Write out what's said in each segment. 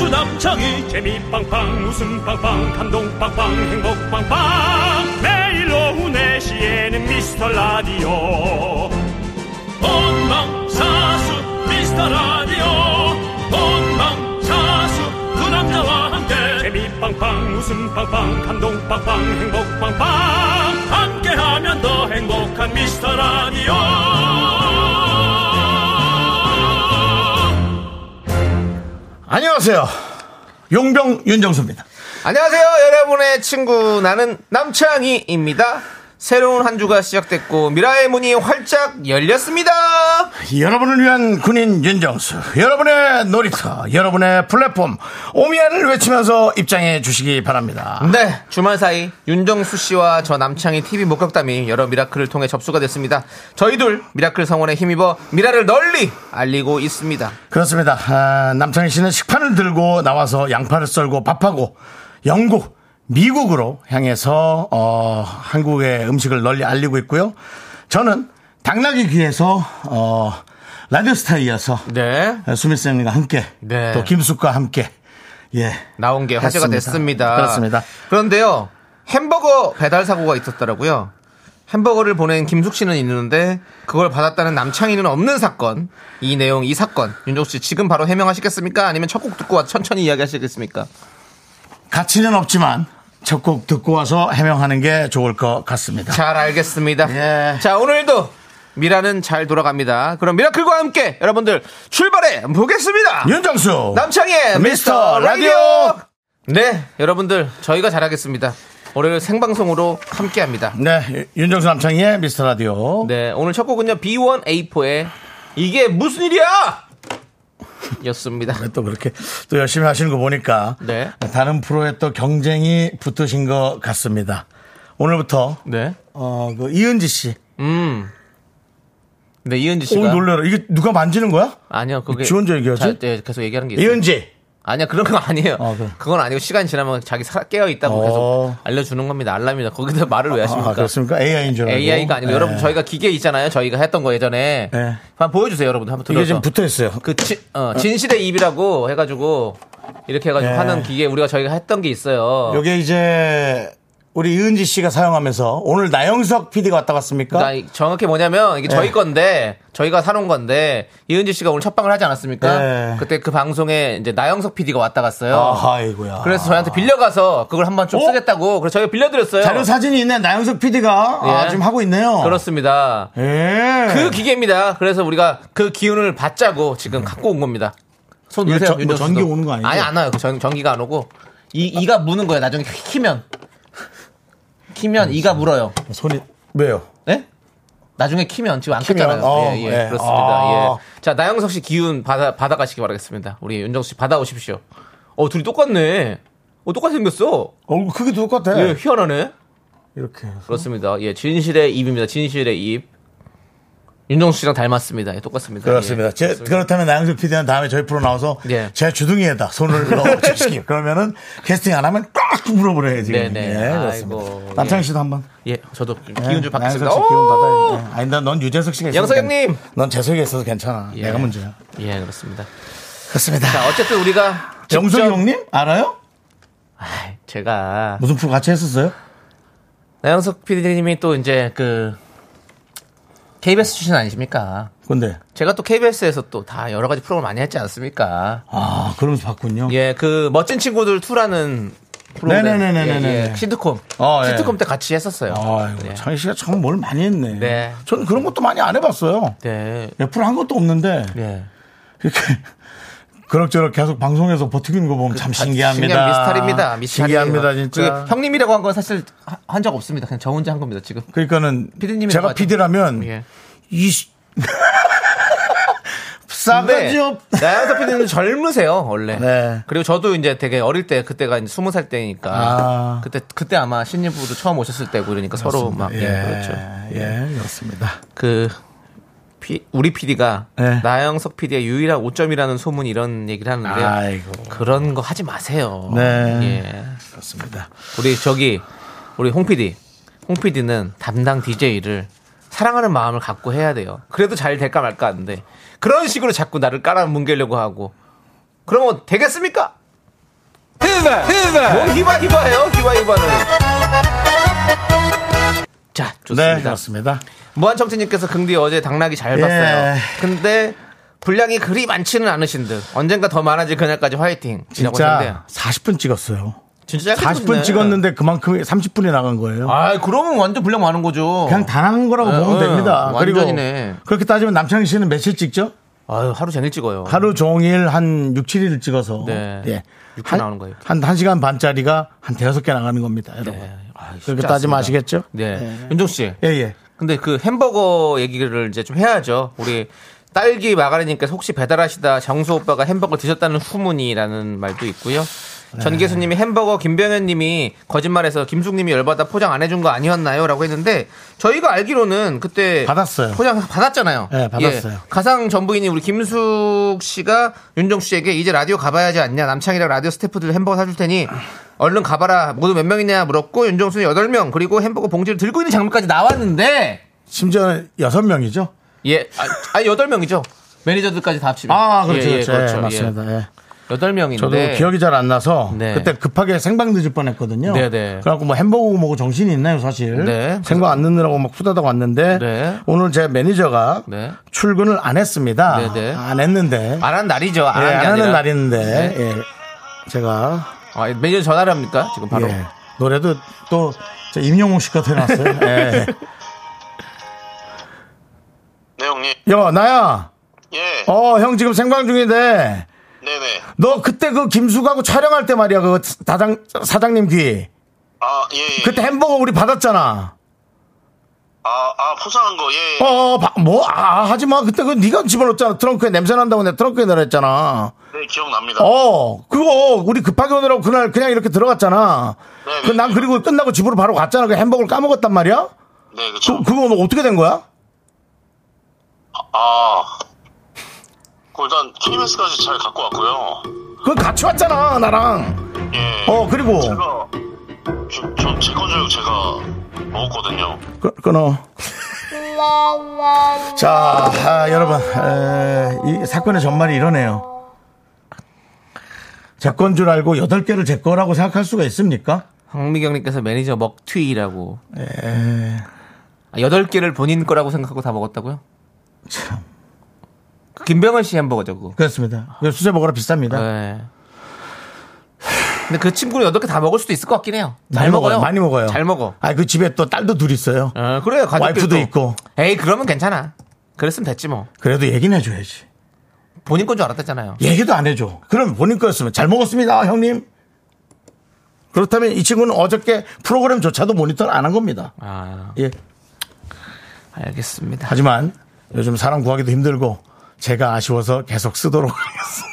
빵빵이 재미 빵빵 웃음 빵빵 감동 빵빵 행복 빵빵 매일 오후 네시에는 미스터 라디오 본방사수 미스터 라디오 본방사수 그 남자와 함께 재미 빵빵 웃음 빵빵 감동 빵빵 행복 빵빵 아, 함께하면 더 행복한 미스터 라디오 안녕하세요. 용병 윤정수입니다. 안녕하세요, 여러분의 친구 나는 남창희입니다. 새로운 한 주가 시작됐고 미라의 문이 활짝 열렸습니다. 여러분을 위한 군인 윤정수, 여러분의 놀이터, 여러분의 플랫폼, 오미안을 외치면서 입장해 주시기 바랍니다. 네, 주말 사이 윤정수 씨와 저 남창희 TV 목격담이 여러 미라클을 통해 접수가 됐습니다. 저희둘 미라클 성원에 힘입어 미라를 널리 알리고 있습니다. 그렇습니다. 아, 남창희 씨는 식판을 들고 나와서 양파를 썰고 밥하고 영국, 미국으로 향해서 어, 한국의 음식을 널리 알리고 있고요. 저는 당나귀 귀에서 어, 라디오스타에 이어서 네, 수민 쌤과 함께 네. 또 김숙과 함께 예 나온 게 화제가 했습니다. 됐습니다. 그렇습니다. 그런데요, 햄버거 배달 사고가 있었더라고요. 햄버거를 보낸 김숙 씨는 있는데 그걸 받았다는 남창희는 없는 사건. 이 내용, 이 사건 윤종 씨 지금 바로 해명하시겠습니까? 아니면 첫 곡 듣고 와 천천히 이야기하시겠습니까? 가치는 없지만 첫 곡 듣고 와서 해명하는 게 좋을 것 같습니다. 잘 알겠습니다. 예. 자, 오늘도 미라는 잘 돌아갑니다. 그럼 미라클과 함께 여러분들 출발해 보겠습니다. 윤정수 남창희의 미스터 예. 미스터 라디오. 라디오. 네, 여러분들 저희가 잘하겠습니다. 오늘 생방송으로 함께합니다. 네 윤정수 남창희의 미스터 라디오 네, 오늘 첫 곡은요. B1A4의 이게 무슨 일이야? 였습니다. 네, 또 그렇게 또 열심히 하시는 거 보니까 네. 다른 프로에 또 경쟁이 붙으신 것 같습니다. 오늘부터 네. 어, 그 이은지 씨, 음. 네, 이은지 오 씨가 어, 놀래라 이게 누가 만지는 거야? 아니요. 그게 지원 저 얘기하지? 자, 네, 계속 얘기하는 게 있어요. 이은지 아니야, 그런 거 아니에요. 아, 그래. 그건 아니고 시간 이 지나면 자기 사, 깨어 있다고 어. 계속 알려 주는 겁니다. 알람이다. 거기다 말을 왜 하십니까? 아, 그렇습니까? AI인 줄 알고 AI가 아니고 네. 여러분 저희가 기계 있잖아요. 저희가 했던 거 예전에. 네. 한번 보여 주세요, 여러분. 한번 들어서. 이게 지금 붙어 있어요. 그 치, 어, 진실의 입이라고 해 가지고 이렇게 해 가지고 네. 하는 기계 우리가 저희가 했던 게 있어요. 요게 이제 우리 이은지 씨가 사용하면서 오늘 나영석 PD가 왔다 갔습니까? 예. 그러니까 이- 정확히 뭐냐면 이게 저희 건데 저희가 사놓은 건데 이은지 씨가 오늘 첫 방을 하지 않았습니까? 네. 그때 그 방송에 이제 나영석 PD가 왔다 갔어요. 아이고야. 그래서 저희한테 빌려가서 그걸 한번 좀 어? 쓰겠다고 그래서 저희가 빌려드렸어요. 자료 사진이 있네. 나영석 PD가 아, 예. 지금 하고 있네요. 그렇습니다. 예. 그 기계입니다. 그래서 우리가 그 기운을 받자고 지금 갖고 온 겁니다. 손 이거 놓으세요. 전- 뭐 윤정수 전기 씨도. 오는 거 아니죠? 아니 안 와요. 그 전, 전기가 안 오고 이 이가 무는 거예요. 나중에 키면 키면 이가 물어요. 손이 왜요? 네? 나중에 키면 지금 안 키면, 켰잖아요. 어, 예, 예, 예. 그렇습니다. 아. 예. 자, 나영석 씨 기운 받아, 받아가시기 바라겠습니다. 우리 윤정수 씨 받아오십시오. 어, 둘이 똑같네. 어, 똑같이 생겼어. 얼굴 크기 똑같아. 예, 희한하네. 이렇게. 해서. 그렇습니다. 예, 진실의 입입니다. 진실의 입. 윤정수 씨랑 닮았습니다. 예, 똑같습니다. 그렇습니다. 예, 제- 그렇다면 나영석 PD는 다음에 저희 프로 나와서 예. 제 주둥이에다 손을 넣어주시기. 그러면은 캐스팅 안 하면 꽉 물어보래요 지금. 네네. 예, 아이고, 그렇습니다. 남창희 씨도 한번. 예, 저도 기운 예, 좀 받겠습니다. 나영석 씨 기운 오! 받아요. 예. 아니 난넌 유재석 씨가 있어. 영석 형님! 넌 재석이 있어서 괜찮아. 예. 내가 문제야. 예, 그렇습니다. 그렇습니다. 자, 어쨌든 우리가. 영석 직접- 형님 알아요? 아이, 제가. 무슨 프로 같이 했었어요? 나영석 PD님이 또 이제 그. KBS 출신 아니십니까? 근데 제가 또 KBS에서 또 다 여러 가지 프로그램 많이 했지 않습니까? 아 그러면서 봤군요. 예, 그 멋진 친구들 2라는 프로그램 네네네네네네. 예, 예, 시트콤 어, 예. 시트콤 때 같이 했었어요. 아이고 네. 창희 씨가 참 뭘 많이 했네. 네. 저는 그런 것도 많이 안 해봤어요. 네. 예, 프로 한 것도 없는데 예. 이렇게 그럭저럭 계속 방송에서 버티는 거 보면 참 신기합니다. 그 신기한 미스터리입니다. 미스터리. 신기합니다 진짜. 그게 형님이라고 한 건 사실 한 적 없습니다. 그냥 저 혼자 한 겁니다 지금. 그러니까는 피디님인 것 제가 같아요. PD라면 예. 이 근데 싸가지업 나영석 PD는 젊으세요 원래. 아, 네. 그리고 저도 이제 되게 어릴 때 그때가 이제 스무 살 때니까 아. 그때 그때 아마 신입부도 처음 오셨을 때고 그러니까 서로 막 예, 그렇죠. 예, 그렇습니다. 그 피- 우리 PD가 네. 나영석 PD의 유일한 오점이라는 소문 이런 얘기를 하는데 아이고. 그런 거 하지 마세요. 네. 예. 그렇습니다. 네, 우리 저기 우리 홍 PD, 홍 PD는 담당 DJ를 사랑하는 마음을 갖고 해야 돼요. 그래도 잘 될까 말까 하는데 그런 식으로 자꾸 나를 깔아뭉개려고 하고 그러면 되겠습니까? 뭐 히바 히바 뭔 히바 히바예요 히바 히바는 자 네, 좋습니다 그렇습니다. 무한청취님께서 긍디 어제 당락이 잘 예. 봤어요 근데 분량이 그리 많지는 않으신 듯 언젠가 더 많아질 그날까지 화이팅 진짜 40분 찍었어요. 진짜 40분 찍었는데 그만큼 30분이 나간 거예요. 아 그러면 완전 분량 많은 거죠 그냥 다 나간 거라고 네, 보면 네. 됩니다. 완전이네. 그리고 그렇게 따지면 남창희 씨는 며칠 찍죠? 아유 하루 종일 찍어요 하루 종일 한 6, 7일을 찍어서 네. 예. 육회 한, 나오는 거예요. 한 1시간 반짜리가 한 대여섯 개 나가는 겁니다, 여러분. 아, 쉽지 그렇게 따지면 않습니다. 아시겠죠? 네. 윤종 씨. 예, 예. 근데 그 햄버거 얘기를 이제 좀 해야죠. 우리 딸기 마가리님께서 혹시 배달하시다 정수 오빠가 햄버거 드셨다는 후문이라는 말도 있고요. 전계수님이 햄버거 김병현님이 거짓말해서 김숙님이 열받아 포장 안 해준 거 아니었나요?라고 했는데 저희가 알기로는 그때 받았어요. 포장 받았잖아요. 예. 네, 받았어요. 가상 전부인이 우리 김숙 씨가 윤종 씨에게 이제 라디오 가봐야지 않냐 남창이랑 라디오 스태프들 햄버거 사줄 테니 얼른 가봐라 모두 몇 명이냐 물었고 윤종수는 8명 그리고 햄버거 봉지를 들고 있는 장면까지 나왔는데 심지어 여섯 명이죠 예 아, 아니 8명이죠 매니저들까지 다 합치면 아, 그렇죠. 예, 예, 그렇죠. 예, 맞습니다. 예. 예. 8명인데 저도 그 기억이 잘 안 나서 네. 그때 급하게 생방 늦을 뻔했거든요. 네, 네. 그래갖고 뭐 햄버거 먹고 정신이 있나요 사실. 네. 생방 안 늦느라고 막 후다닥 왔는데 네. 오늘 제 매니저가 네. 출근을 안 했습니다. 네, 네. 안 했는데 안 한 날이죠 예, 안, 한게 안 하는 아니라. 날인데 네. 예. 제가 아, 매니저 전화를 합니까 지금 바로 예. 노래도 또 임영웅 씨가 해놨어요. 예. 네 형님 여 나야. 예 어 형 지금 생방 중인데 네네 너 그때 그 김숙하고 촬영할 때 말이야 그 다장 사장님 귀 아예 예. 그때 햄버거 우리 받았잖아. 아, 아 포장한 거예 어, 바- 뭐, 아, 하지 마. 그때 그 네가 집어넣었잖아. 트렁크에 냄새 난다고 내 트렁크에 넣었잖아. 네 기억납니다 어, 그거 우리 급하게 오느라고 그날 그냥 이렇게 들어갔잖아. 네, 그, 난 그리고 끝나고 집으로 바로 갔잖아. 그 햄버거를 까먹었단 말이야? 네 그쵸 그, 그거 너 어떻게 된 거야? 아 그거 일단 KBS까지 잘 갖고 왔고요 그거 같이 왔잖아, 나랑. 예 어, 그리고. 제가 저제건 줄 알고 제가 먹었거든요 끊, 끊어. 그, 자, 아, 여러분, 에, 이 사건의 전말이 이러네요. 제 건 줄 알고 여덟 개를 제 거라고 생각할 수가 있습니까? 황미경님께서 매니저 먹튀라고 아, 8개를 본인 거라고 생각하고 다 먹었다고요? 참. 그 김병헌 씨 햄버거죠 그거 그렇습니다. 그 수제 먹으라 비쌉니다. 네. 근데 그 친구는 8개 다 먹을 수도 있을 것 같긴 해요. 잘 먹어요. 많이 먹어요. 잘 먹어. 아, 그 집에 또 딸도 둘 있어요. 어, 그래요. 가족끼리 와이프도 또. 있고. 에이, 그러면 괜찮아. 그랬으면 됐지 뭐. 그래도 얘기는 해줘야지. 본인 건 줄 알았다잖아요. 얘기도 안 해줘. 그럼 본인 거였으면 잘 먹었습니다, 형님. 그렇다면 이 친구는 어저께 프로그램조차도 모니터를 안 한 겁니다. 아, 예. 알겠습니다. 하지만 요즘 사람 구하기도 힘들고 제가 아쉬워서 계속 쓰도록 하겠습니다.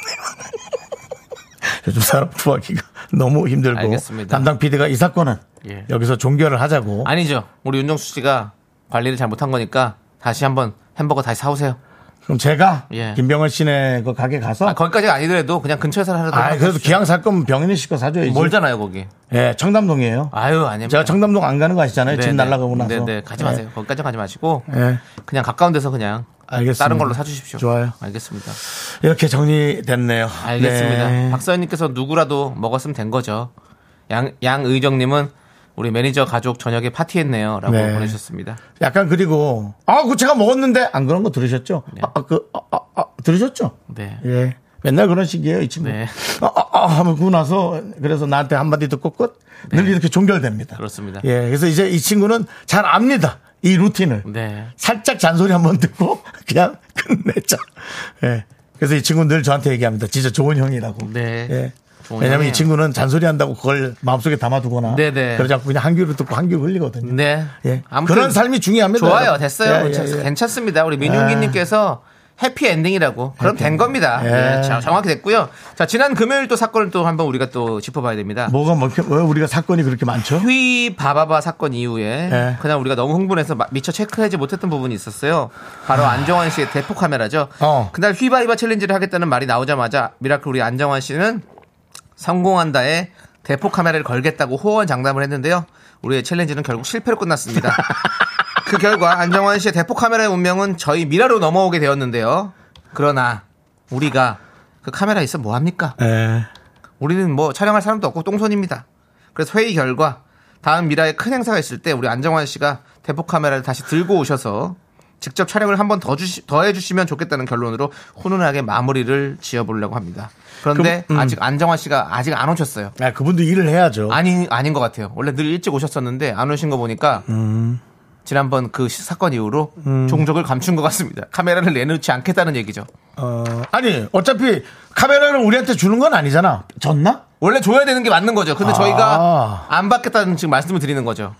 요즘 사람 구하기가 너무 힘들고 알겠습니다. 담당 PD가 이 사건은 예. 여기서 종결을 하자고 아니죠. 우리 윤정수 씨가 관리를 잘 못한 거니까 다시 한번 햄버거 다시 사오세요. 그럼 제가 예. 김병헌 씨네 그 가게 가서 아, 거기까지가 아니더라도 그냥 근처에서 하라도. 아, 그래도 기왕 사건 병인이 씨거 사줘야지. 멀잖아요, 거기. 예, 청담동이에요. 아유, 아닙니다. 제가 청담동 안 가는 거 아시잖아요. 네, 집 네. 날라가고 나서. 네, 네. 가지 마세요. 거기까지 가지 마시고. 예. 예. 그냥 가까운 데서 그냥. 알겠습니다. 다른 걸로 사주십시오. 좋아요. 알겠습니다. 이렇게 정리됐네요. 알겠습니다. 네. 박서연님께서 누구라도 먹었으면 된 거죠. 양, 양의정님은 우리 매니저 가족 저녁에 파티했네요. 라고 네. 보내셨습니다. 약간 그리고 아, 그 제가 먹었는데 안 그런 거 들으셨죠? 아, 아, 그 아, 아, 아, 들으셨죠? 네. 예. 맨날 그런 식이에요, 이 친구. 네. 아, 아, 아 하면 그고 나서 그래서 나한테 한마디 듣고 끝. 늘 이렇게 종결됩니다. 네. 그렇습니다. 예. 그래서 이제 이 친구는 잘 압니다. 이 루틴을. 네. 살짝 잔소리 한번 듣고 그냥 끝내자. 예. 그래서 이 친구는 늘 저한테 얘기합니다. 진짜 좋은 형이라고. 네. 예. 좋은 왜냐면 형이에요. 이 친구는 잔소리 한다고 그걸 마음속에 담아두거나 네네. 그러지 않고 그냥 한 귀로 듣고 한 귀로 흘리거든요. 네. 예. 아무튼 그런 삶이 중요합니다. 좋아요. 여러분. 됐어요. 예, 예, 괜찮- 예. 괜찮습니다. 우리 민용기님께서 해피 엔딩이라고. 그럼 된 겁니다. 예. 예, 자, 정확히 됐고요. 자, 지난 금요일 또 사건을 또 한번 우리가 또 짚어봐야 됩니다. 뭐가 뭐, 이렇게- 왜 우리가 사건이 그렇게 많죠? 휘 바바바 사건 이후에 네. 그날 우리가 너무 흥분해서 마- 미처 체크하지 못했던 부분이 있었어요. 바로 안정환 씨의 대포 카메라죠. 아. 어. 그날 휘바이바 챌린지를 하겠다는 말이 나오자마자 미라클 우리 안정환 씨는 성공한다에 대포 카메라를 걸겠다고 호언장담을 했는데요. 우리의 챌린지는 결국 실패로 끝났습니다. 그 결과 안정환 씨의 대포 카메라의 운명은 저희 미라로 넘어오게 되었는데요. 그러나 우리가 그 카메라 있어 뭐 합니까? 예. 우리는 뭐 촬영할 사람도 없고 똥손입니다. 그래서 회의 결과 다음 미라에 큰 행사가 있을 때 우리 안정환 씨가 대포 카메라를 다시 들고 오셔서 직접 촬영을 한 번 더 주시 더 해주시면 좋겠다는 결론으로 훈훈하게 마무리를 지어보려고 합니다. 그런데 그럼, 음. 아직 안정환 씨가 아직 안 오셨어요. 아, 그분도 일을 해야죠. 아니 아닌 것 같아요. 원래 늘 일찍 오셨었는데 안 오신 거 보니까 음. 지난번 그 시- 사건 이후로 종족을 감춘 것 같습니다. 카메라를 내놓지 않겠다는 얘기죠. 어, 아니, 어차피 카메라를 우리한테 주는 건 아니잖아. 졌나? 원래 줘야 되는 게 맞는 거죠. 근데 저희가 아. 안 받겠다는 지금 말씀을 드리는 거죠.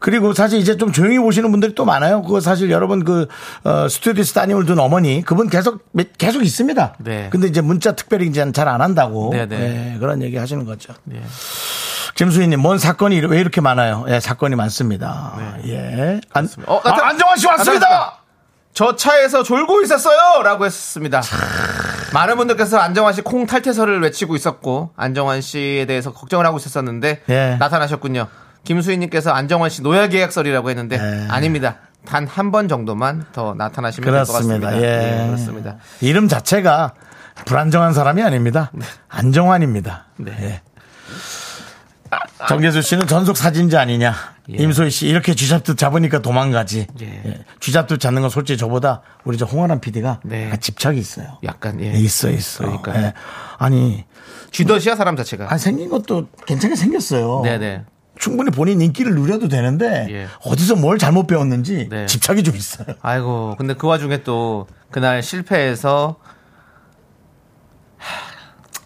그리고 사실 이제 좀 조용히 보시는 분들이 또 많아요. 그거 사실 여러분 그 어, 스튜디오에서 따님을 둔 어머니 그분 계속 몇- 계속 있습니다. 네. 근데 이제 문자 특별히 이제 잘 안 한다고 네, 네. 예, 그런 얘기 하시는 거죠. 예. 김수희님, 뭔 사건이 이렇- 왜 이렇게 많아요? 예, 사건이 많습니다. 예. 안, 네. 어, 나타- 아, 안정환 씨 왔습니다. 나타났다. 저 차에서 졸고 있었어요! 라고 했습니다. 많은 분들께서 안정환 씨 콩 탈퇴설을 외치고 있었고, 안정환 씨에 대해서 걱정을 하고 있었었는데, 예. 나타나셨군요. 김수희님께서 안정환 씨 노약 계약설이라고 했는데, 예. 아닙니다. 단 한 번 정도만 더 네, 나타나시면 될 것 같습니다. 그렇습니다. 예. 그렇습니다. 이름 자체가 불안정한 사람이 아닙니다. 안정환입니다. 네. 예. 정계수 씨는 전속 사진자 아니냐. 예. 임소희 씨 이렇게 쥐잡듯 잡으니까 도망가지. 예. 예. 쥐잡듯 잡는 건 솔직히 저보다 우리 저 홍원한 PD가 아, 네. 집착이 있어요. 약간, 예. 있어 있어. 그러니까요. 예. 아니, 쥐덫이야, 사람 자체가. 아니 생긴 것도 괜찮게 생겼어요. 네네. 충분히 본인 인기를 누려도 되는데 예. 어디서 뭘 잘못 배웠는지 네. 집착이 좀 있어요. 아이고, 근데 그 와중에 또 그날 실패해서 하,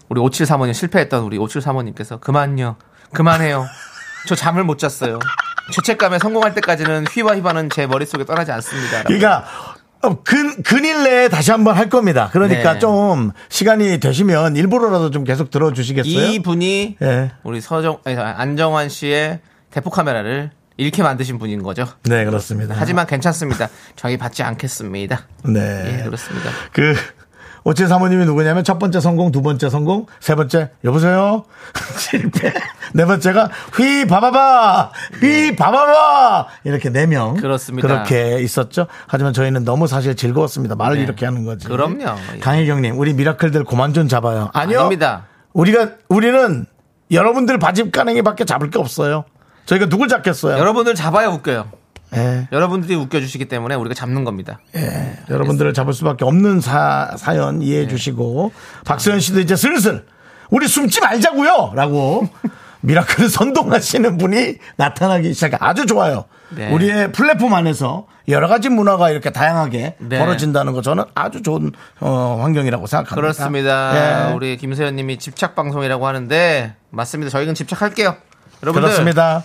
우리 5735님 실패했던 우리 5735님께서 그만요. 그만해요. 저 잠을 못 잤어요. 죄책감에 성공할 때까지는 휘바 휘바는 제 머릿속에 떠나지 않습니다. 그러니까 어, 근 근일 내에 다시 한번 할 겁니다. 그러니까 네. 좀 시간이 되시면 일부러라도 좀 계속 들어주시겠어요? 이 분이 예. 우리 서정 아니, 안정환 씨의 대포 카메라를 잃게 만드신 분인 거죠. 네 그렇습니다. 하지만 괜찮습니다. 저희 받지 않겠습니다. 네 예, 그렇습니다. 그 오체 사모님이 누구냐면 첫 번째 성공, 두 번째 성공, 세 번째 여보세요 실패, 네 번째가 휘 바바바 휘 바바바 이렇게 네 명 네. 그렇습니다. 그렇게 있었죠. 하지만 저희는 너무 사실 즐거웠습니다. 말을 네. 이렇게 하는 거지. 그럼요. 예. 강혜경님, 우리 미라클들 고만 좀 잡아요. 아니요. 아닙니다. 우리가 우리는 여러분들 바집 가능이밖에 잡을 게 없어요. 저희가 누굴 잡겠어요? 여러분들 잡아야 웃겨요. 예, 여러분들이 웃겨주시기 때문에 우리가 잡는 겁니다. 예. 여러분들을 잡을 수밖에 없는 사, 사연 이해해 네. 주시고 박수현 씨도 이제 슬슬 우리 숨지 말자고요라고 미라클을 선동하시는 분이 나타나기 시작. 아주 좋아요. 네. 우리의 플랫폼 안에서 여러 가지 문화가 이렇게 다양하게 네. 벌어진다는 거 저는 아주 좋은 어, 환경이라고 생각합니다. 그렇습니다. 예. 우리 김세현님이 집착 방송이라고 하는데 맞습니다. 저희는 집착할게요. 여러분들 그렇습니다.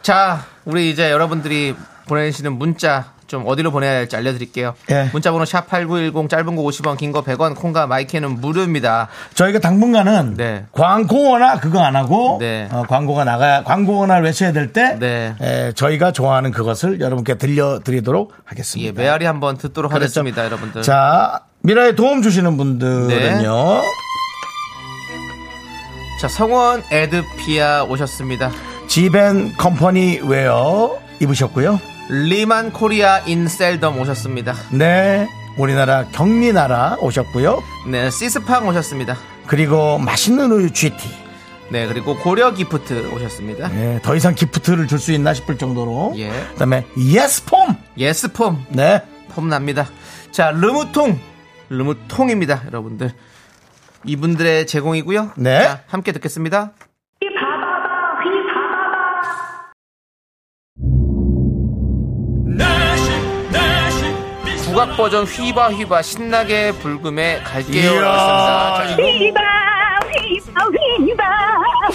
자 우리 이제 여러분들이 보내시는 문자 좀 어디로 보내야 할지 알려드릴게요. 예. 문자번호 샵 #8910 짧은 거 50원, 긴 거 100원, 콩과 마이크는 무료입니다. 저희가 당분간은 네. 광고나 그거 안 하고 네. 어, 광고가 나가 광고나 외쳐야 될 때 네. 저희가 좋아하는 그것을 여러분께 들려드리도록 하겠습니다. 예, 메아리 한번 듣도록 그렇죠. 하겠습니다, 여러분들. 자 미라에 도움 주시는 네. 분들은요 자, 성원 에드피아 오셨습니다. 지벤 컴퍼니 웨어 입으셨고요. 리만 코리아 인셀덤 오셨습니다. 네 우리나라 경리 나라 오셨고요. 네, 시스팡 오셨습니다. 그리고 맛있는 우유 GT. 네, 그리고 고려 기프트 오셨습니다. 네, 더 이상 기프트를 줄 수 있나 싶을 정도로. 예. 그다음에 예스폼. 예스폼 네. 폼납니다. 자, 르무통. 르무통입니다, 여러분들. 이분들의 제공이고요. 네. 자, 함께 듣겠습니다. 내식 내식 국악 버전 휘바 휘바 신나게 불금에 갈게요. 이야, 자, 휘바 휘바 휘바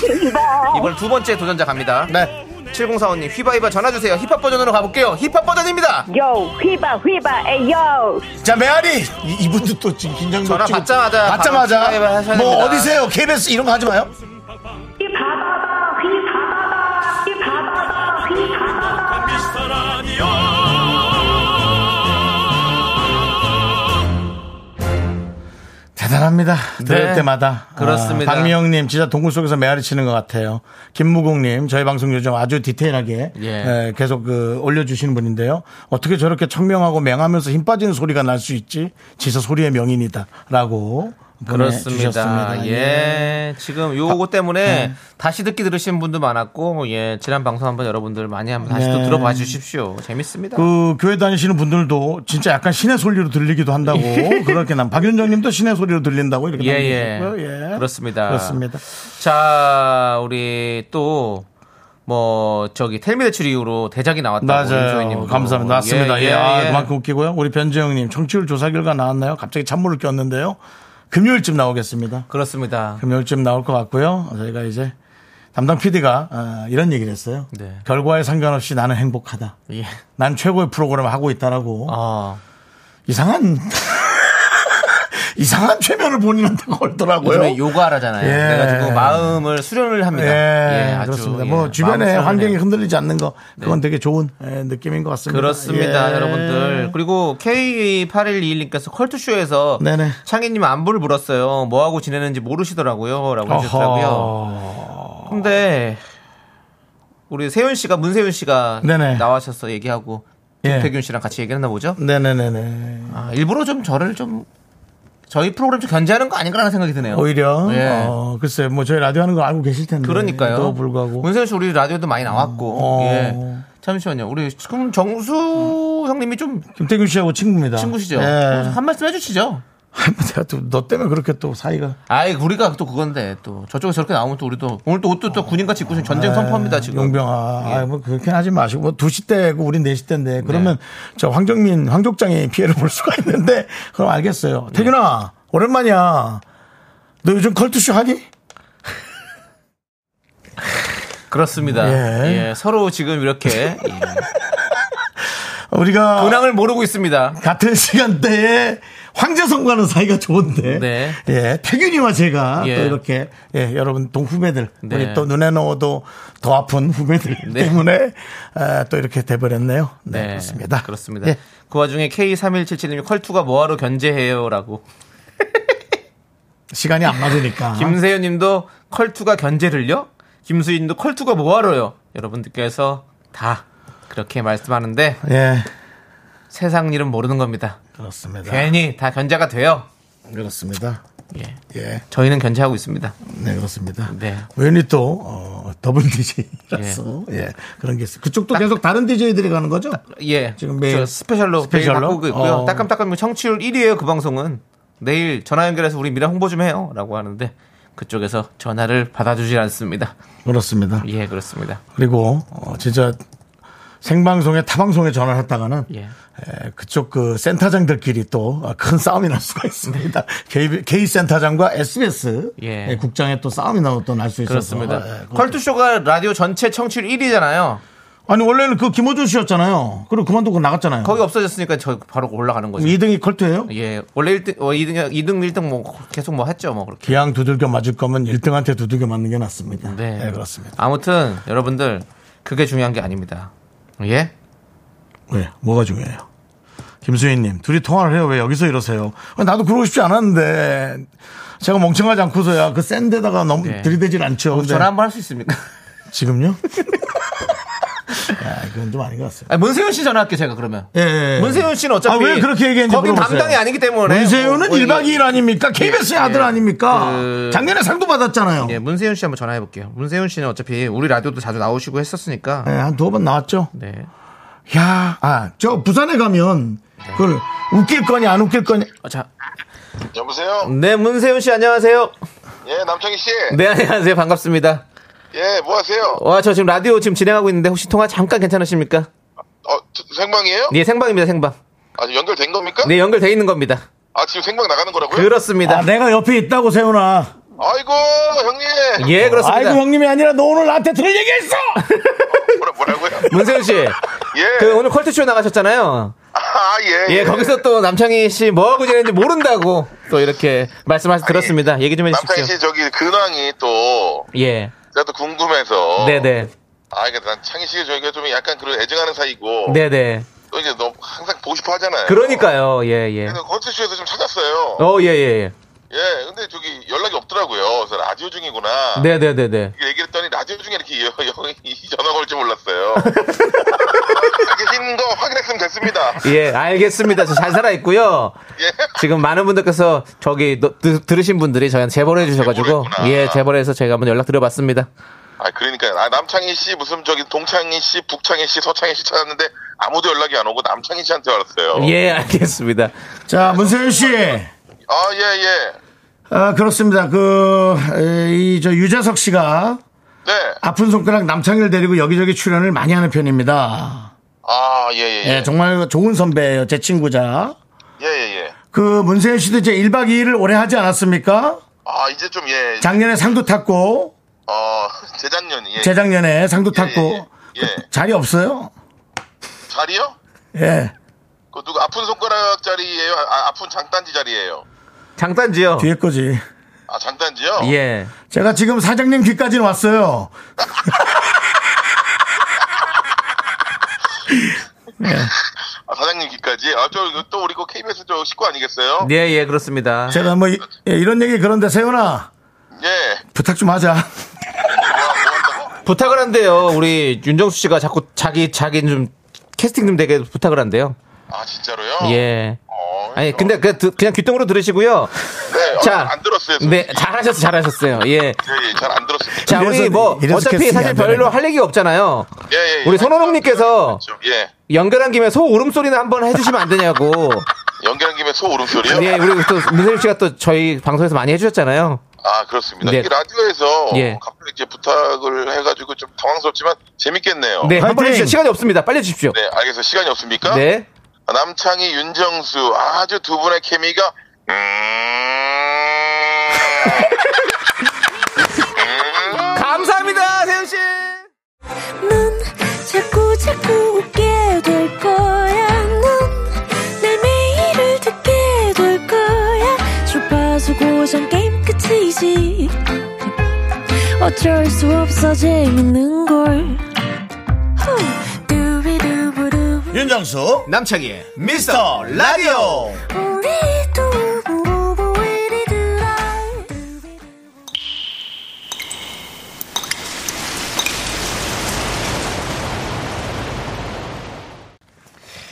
휘바 이번 두 번째 도전자 갑니다. 네. 7045님 휘바 휘바 전화 주세요. 힙합 버전으로 가볼게요. 힙합 버전입니다. 요 휘바 휘바 에요 자 메아리 이, 분도또 지금 긴장 전화 놓치고 받자마자 바로 전화해봐 받자마자 하셔야 뭐 됩니다. 어디세요 KBS 이런 거 하지 마요 휘바바바 휘바바바 휘바바바 휘바바바 미스터 라디오 대단합니다 들을 네, 때마다 그렇습니다. 아, 박미영님 진짜 동굴 속에서 메아리 치는 것 같아요 김무공님 저희 방송 요즘 아주 디테일하게 예. 에, 계속 그 올려주시는 분인데요 어떻게 저렇게 청명하고 맹하면서 힘 빠지는 소리가 날 수 있지 지서 소리의 명인이다라고 그렇습니다. 네, 보내주셨습니다. 네. 예. 지금 요거 때문에 다시 듣기 들으신 분도 많았고, 예. 지난 방송 한번 여러분들 많이 한번 다시 또 네. 들어봐 주십시오. 재밌습니다. 그 교회 다니시는 분들도 진짜 약간 신의 소리로 들리기도 한다고 그렇게 난 박윤정님도 신의 소리로 들린다고 이렇게 예, 남겨주셨고요. 예. 예. 그렇습니다. 그렇습니다. 자, 우리 또, 뭐, 저기, 텔미 대출 이후로 대작이 나왔다고. 맞아요. 윤소희님도. 감사합니다. 맞습니다. 예, 아, 예. 그만큼 웃기고요. 우리 변재영님 청취율 조사 결과 나왔나요? 갑자기 찬물을 꼈는데요. 금요일쯤 나오겠습니다. 그렇습니다. 금요일쯤 나올 것 같고요. 저희가 이제 담당 PD가 아, 이런 얘기를 했어요. 네. 결과에 상관없이 나는 행복하다. 예. 난 최고의 프로그램 하고 있다라고 아, 이상한 이상한 최면을 본인한테 걸더라고요. 요즘에 요가라잖아요. 예. 그래가지고 마음을 수련을 합니다. 예, 아주, 그렇습니다. 예, 뭐 마음을 주변에 수련해요. 환경이 흔들리지 않는 거 그건 되게 좋은 예, 느낌인 것 같습니다. 그렇습니다, 예. 여러분들. 그리고 K8121님께서 컬투쇼에서 네네. 창희님 안부를 물었어요. 뭐하고 지내는지 모르시더라고요. 라고 해주셨더라고요. 어허. 근데 우리 세윤 씨가, 문세윤 씨가 네네. 나와셔서 얘기하고 예. 김태균 씨랑 같이 얘기했나 보죠? 네네네네. 아, 일부러 좀 저를 좀 저희 프로그램 좀 견제하는 거 아닌가라는 생각이 드네요. 오히려 예. 어, 글쎄 뭐 저희 라디오 하는 거 알고 계실 텐데 그러니까요. 또 불구하고 문세윤 씨 우리 라디오도 많이 나왔고. 어. 예. 잠시만요. 우리 지금 정수 형님이 좀 김태균 씨하고 친구입니다. 예. 친구시죠? 아, 한 말씀 해주시죠. 내가 또 너 때문에 그렇게 또 사이가 아이 우리가 또 그건데 또 저쪽에 저렇게 나오면 또 우리도 오늘 또 옷도 또 군인같이 입고 지금 전쟁 선포합니다 지금. 예. 용병아, 예. 아, 뭐 그렇게 하지 마시고 뭐 2시 때고 우린 4시 때인데 그러면 네. 저 황정민 황족장이 피해를 볼 수가 있는데 그럼 알겠어요. 네. 태균아 오랜만이야. 너 요즘 컬투쇼 하니? 그렇습니다. 예. 예, 서로 지금 이렇게 예. 우리가 근황을 모르고 있습니다. 같은 시간대에 황재성과는 사이가 좋은데 네. 예 태균이와 제가 예. 또 이렇게 예 여러분 동후배들 네. 우리 또 눈에 넣어도 더 아픈 후배들 네. 때문에 아, 또 이렇게 돼버렸네요. 네, 네, 그렇습니다. 그렇습니다. 예. 그 와중에 K3177님이 컬투가 뭐하러 견제해요라고. 시간이 안 맞으니까 김세현님도 컬투가 견제를요? 김수인도 컬투가 뭐하러요? 여러분들께서 다 그렇게 말씀하는데 예 세상 일은 모르는 겁니다. 그렇습니다. 괜히 다 견제가 돼요. 그렇습니다. 예. 예, 저희는 견제하고 있습니다. 네 그렇습니다. 네. 우연히 또 어, 더블 DJ라서 예. 그런 게 있어요. 그쪽도 계속 다른 DJ들이 가는 거죠? 예. 지금 매일 저 스페셜로? 스페셜로 스페셜로 바꾸고 있고요. 어. 따끔따끔 청취율 1위예요. 그 방송은 내일 전화 연결해서 우리 미라 홍보 좀 해요라고 하는데 그쪽에서 전화를 받아주질 않습니다. 그렇습니다. 예, 그렇습니다. 그리고 어, 진짜 생방송에 타방송에 전화를 했다가는 예. 에, 그쪽 그 센터장들끼리 또 큰 싸움이 날 수가 있습니다. K, K 센터장과 SBS 예. 예, 국장의 또 싸움이 나또날수 있어서 그렇습니다. 예, 그것도- 컬투쇼가 라디오 전체 청취율 1위잖아요. 아니 원래는 그 김호준 씨였잖아요. 그리고 그만두고 나갔잖아요. 거기 없어졌으니까 저 바로 올라가는 거죠. 2등이 컬트예요? 예. 원래 1등, 어, 2등, 2등, 1등 뭐 계속 뭐 했죠. 뭐 그렇게. 기왕 두들겨 맞을 거면 1등한테 두들겨 맞는 게 낫습니다. 네. 예, 그렇습니다. 아무튼 여러분들 그게 중요한 게 아닙니다. 예? 왜? 뭐가 중요해요? 김수희님, 둘이 통화를 해요. 왜 여기서 이러세요? 아, 나도 그러고 싶지 않았는데, 제가 멍청하지 않고서야 그 센데다가 너무 네. 들이대질 않죠. 근데 전화 한번 할 수 있습니까? 지금요? 야, 이건 좀 아닌 것 같아요. 아니, 문세윤 씨 전화할게요, 제가 그러면. 예, 예, 예. 문세윤 씨는 어차피 아, 왜 그렇게 얘기했는지 거긴 물어보세요. 담당이 아니기 때문에 문세윤은 뭐, 뭐 1박 이게- 2일 아닙니까? KBS의 아들 아닙니까? 그- 작년에 상도 받았잖아요. 예, 문세윤 씨 한번 전화해 볼게요. 문세윤 씨는 어차피 우리 라디오도 자주 나오시고 했었으니까. 예, 한 두 번 나왔죠. 네. 야, 아, 저 부산에 가면 그걸 웃길 거냐 안 웃길 거냐 어, 자. 여보세요? 네, 문세윤 씨 안녕하세요. 예, 남창희 씨. 네, 안녕하세요. 반갑습니다. 예, 뭐 하세요? 와, 저 지금 라디오 지금 진행하고 있는데 혹시 통화 잠깐 괜찮으십니까? 어, 저- 생방이에요? 네, 생방입니다. 생방. 아, 지금 연결된 겁니까? 네, 연결돼 있는 겁니다. 아, 지금 생방 나가는 거라고요? 그렇습니다. 아, 내가 옆에 있다고 세훈아. 아이고, 형님. 예, 그렇습니다. 아이고 형님이 아니라 너 오늘 나한테 들을 얘기했어. 뭐라, 뭐라고요? 문세윤 씨. 예. 그 오늘 컬트쇼 나가셨잖아요. 아, 예. 예, 거기서 또 남창희 씨 뭐하고 지내는지 모른다고 또 이렇게 말씀하셔서 들었습니다. 얘기 좀 남창희 해주십시오. 씨 저기 근황이 또 예. 제가 또 궁금해서. 네네. 아, 그러니까 난 창희 씨가 저희가 좀 약간 그런 애정하는 사이고. 네네. 또 이제 너무 항상 보고 싶어 하잖아요. 그러니까요. 예, 예. 그래서 콘서트쇼에서 좀 찾았어요. 어, 예, 예, 예. 예, 근데 저기 연락이 없더라고요. 그래서 라디오 중이구나. 네네네네. 이렇게 얘기를 했더니 라디오 중에 이렇게 여- 여- 이 전화가 올 줄 몰랐어요. 살아 계신 거 확인했으면 됐습니다. 예, 알겠습니다. 저 잘 살아있고요. 예. 지금 많은 분들께서 저기 너- 드- 들으신 분들이 저희한테 제보를 해주셔가지고 제보를 했구나. 예, 제보를 해서 제가 한번 연락드려봤습니다. 아, 그러니까요. 아, 남창희 씨, 무슨 저기 동창희 씨, 북창희 씨, 서창희 씨 찾았는데 아무도 연락이 안 오고 남창희 씨한테 알았어요. 예, 알겠습니다. 자, 문세윤 씨. 아, 예, 예. 아, 그렇습니다. 그, 이, 저, 유재석 씨가 네. 아픈 손가락 남창일 데리고 여기저기 출연을 많이 하는 편입니다. 아, 예, 예, 예, 예. 정말 좋은 선배예요. 제 친구자. 예, 예, 예. 그, 문세윤 씨도 이제 1박 2일을 오래 하지 않았습니까? 아, 이제 좀, 예. 작년에 상도 탔고, 어, 재작년, 예. 재작년에 상도 예, 예, 탔고, 예. 예. 자리 없어요? 자리요? 예. 그 누구 아픈 손가락 자리예요? 아, 아픈 장단지 자리예요. 장단지요. 뒤에 거지. 아, 장단지요? 예. 제가 지금 사장님 귀까지는 왔어요. 아, 사장님 귀까지. 아, 저 또 우리 그 KBS 저 식구 아니겠어요? 예, 예, 그렇습니다. 제가 뭐, 이, 런 얘기 그런데 세훈아, 예. 부탁 좀 하자. 부탁을 한대요. 우리 윤정수 씨가 자꾸 자기, 자기 좀 캐스팅 좀 되게 부탁을 한대요. 아, 진짜로요? 예. 어, 아니, 저- 근데 그, 드- 그냥 귀뚱으로 들으시고요. 네, 어, 안 들었어요, 선생님. 네, 잘하셨어요, 잘하셨어요. 예. 예, 예, 잘 안 들었습니다. 자, 이래서- 우리 뭐, 이래서 어차피 캐스팅이 사실 안 되는 별로 거야. 할 얘기 없잖아요. 예, 예, 예. 우리 손호롱님께서 좀, 예. 연결한 김에 소 울음소리나 한번 해주시면 안 되냐고. 연결한 김에 소 울음소리요? 예, 우리 또, 문세윤 씨가 또 저희 방송에서 많이 해주셨잖아요. 아, 그렇습니다. 네. 이게 라디오에서 예. 갑자기 이제 부탁을 해가지고 좀 당황스럽지만 재밌겠네요. 네, 한번 어, 화이팅! 해주세요. 시간이 없습니다. 빨리 해주십시오. 네, 알겠어요. 시간이 없습니까? 네. 남창희, 윤정수 아주 두 분의 케미가 음... 감사합니다, 세윤 씨! 넌 자꾸 자꾸 웃게 될 거야. 넌내 매일을 듣게 될 거야. 주파수 고정 게임 끝이지. 어쩔 수 없어 재밌는 걸. 후. 두비두부두. 윤정수, 남창희의 미스터 라디오. 우리 두부부부 우리 두라. 두비두부.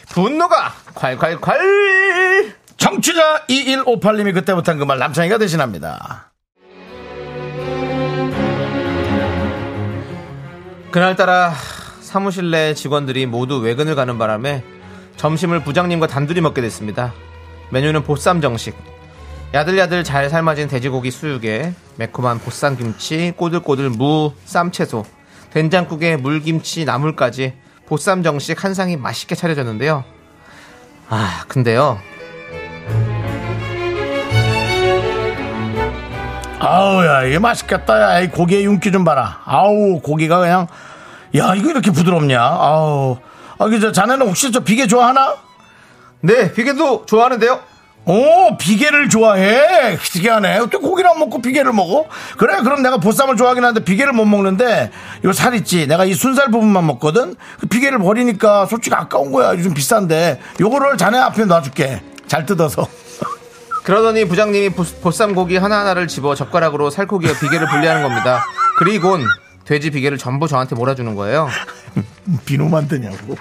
분노가 콸콸콸! 정취자 2158님이 그때 부터 한 그 말 남창희가 대신합니다. 그날따라 사무실 내 직원들이 모두 외근을 가는 바람에 점심을 부장님과 단둘이 먹게 됐습니다. 메뉴는 보쌈 정식. 야들야들 잘 삶아진 돼지고기 수육에 매콤한 보쌈 김치, 꼬들꼬들 무, 쌈 채소, 된장국에 물김치, 나물까지 보쌈 정식 한 상이 맛있게 차려졌는데요. 아, 근데요. 아우, 야, 이게 맛있겠다. 야, 이 고기의 윤기 좀 봐라. 아우, 고기가 그냥, 야, 이거 이렇게 부드럽냐. 아우. 아, 그저 자네는 혹시 저 비계 좋아하나? 네, 비계도 좋아하는데요. 오, 어, 비계를 좋아해. 특이하네. 어떻게 고기를 안 먹고 비계를 먹어? 그래, 그럼 내가 보쌈을 좋아하긴 하는데 비계를 못 먹는데 요 살 있지. 내가 이 순살 부분만 먹거든? 그 비계를 버리니까 솔직히 아까운 거야. 요즘 비싼데. 요거를 자네 앞에 놔줄게. 잘 뜯어서. 그러더니 부장님이 보, 보쌈 고기 하나하나를 집어 젓가락으로 살코기와 비계를 분리하는 겁니다. 그리곤 돼지 비계를 전부 저한테 몰아주는 거예요. 비누 만드냐고.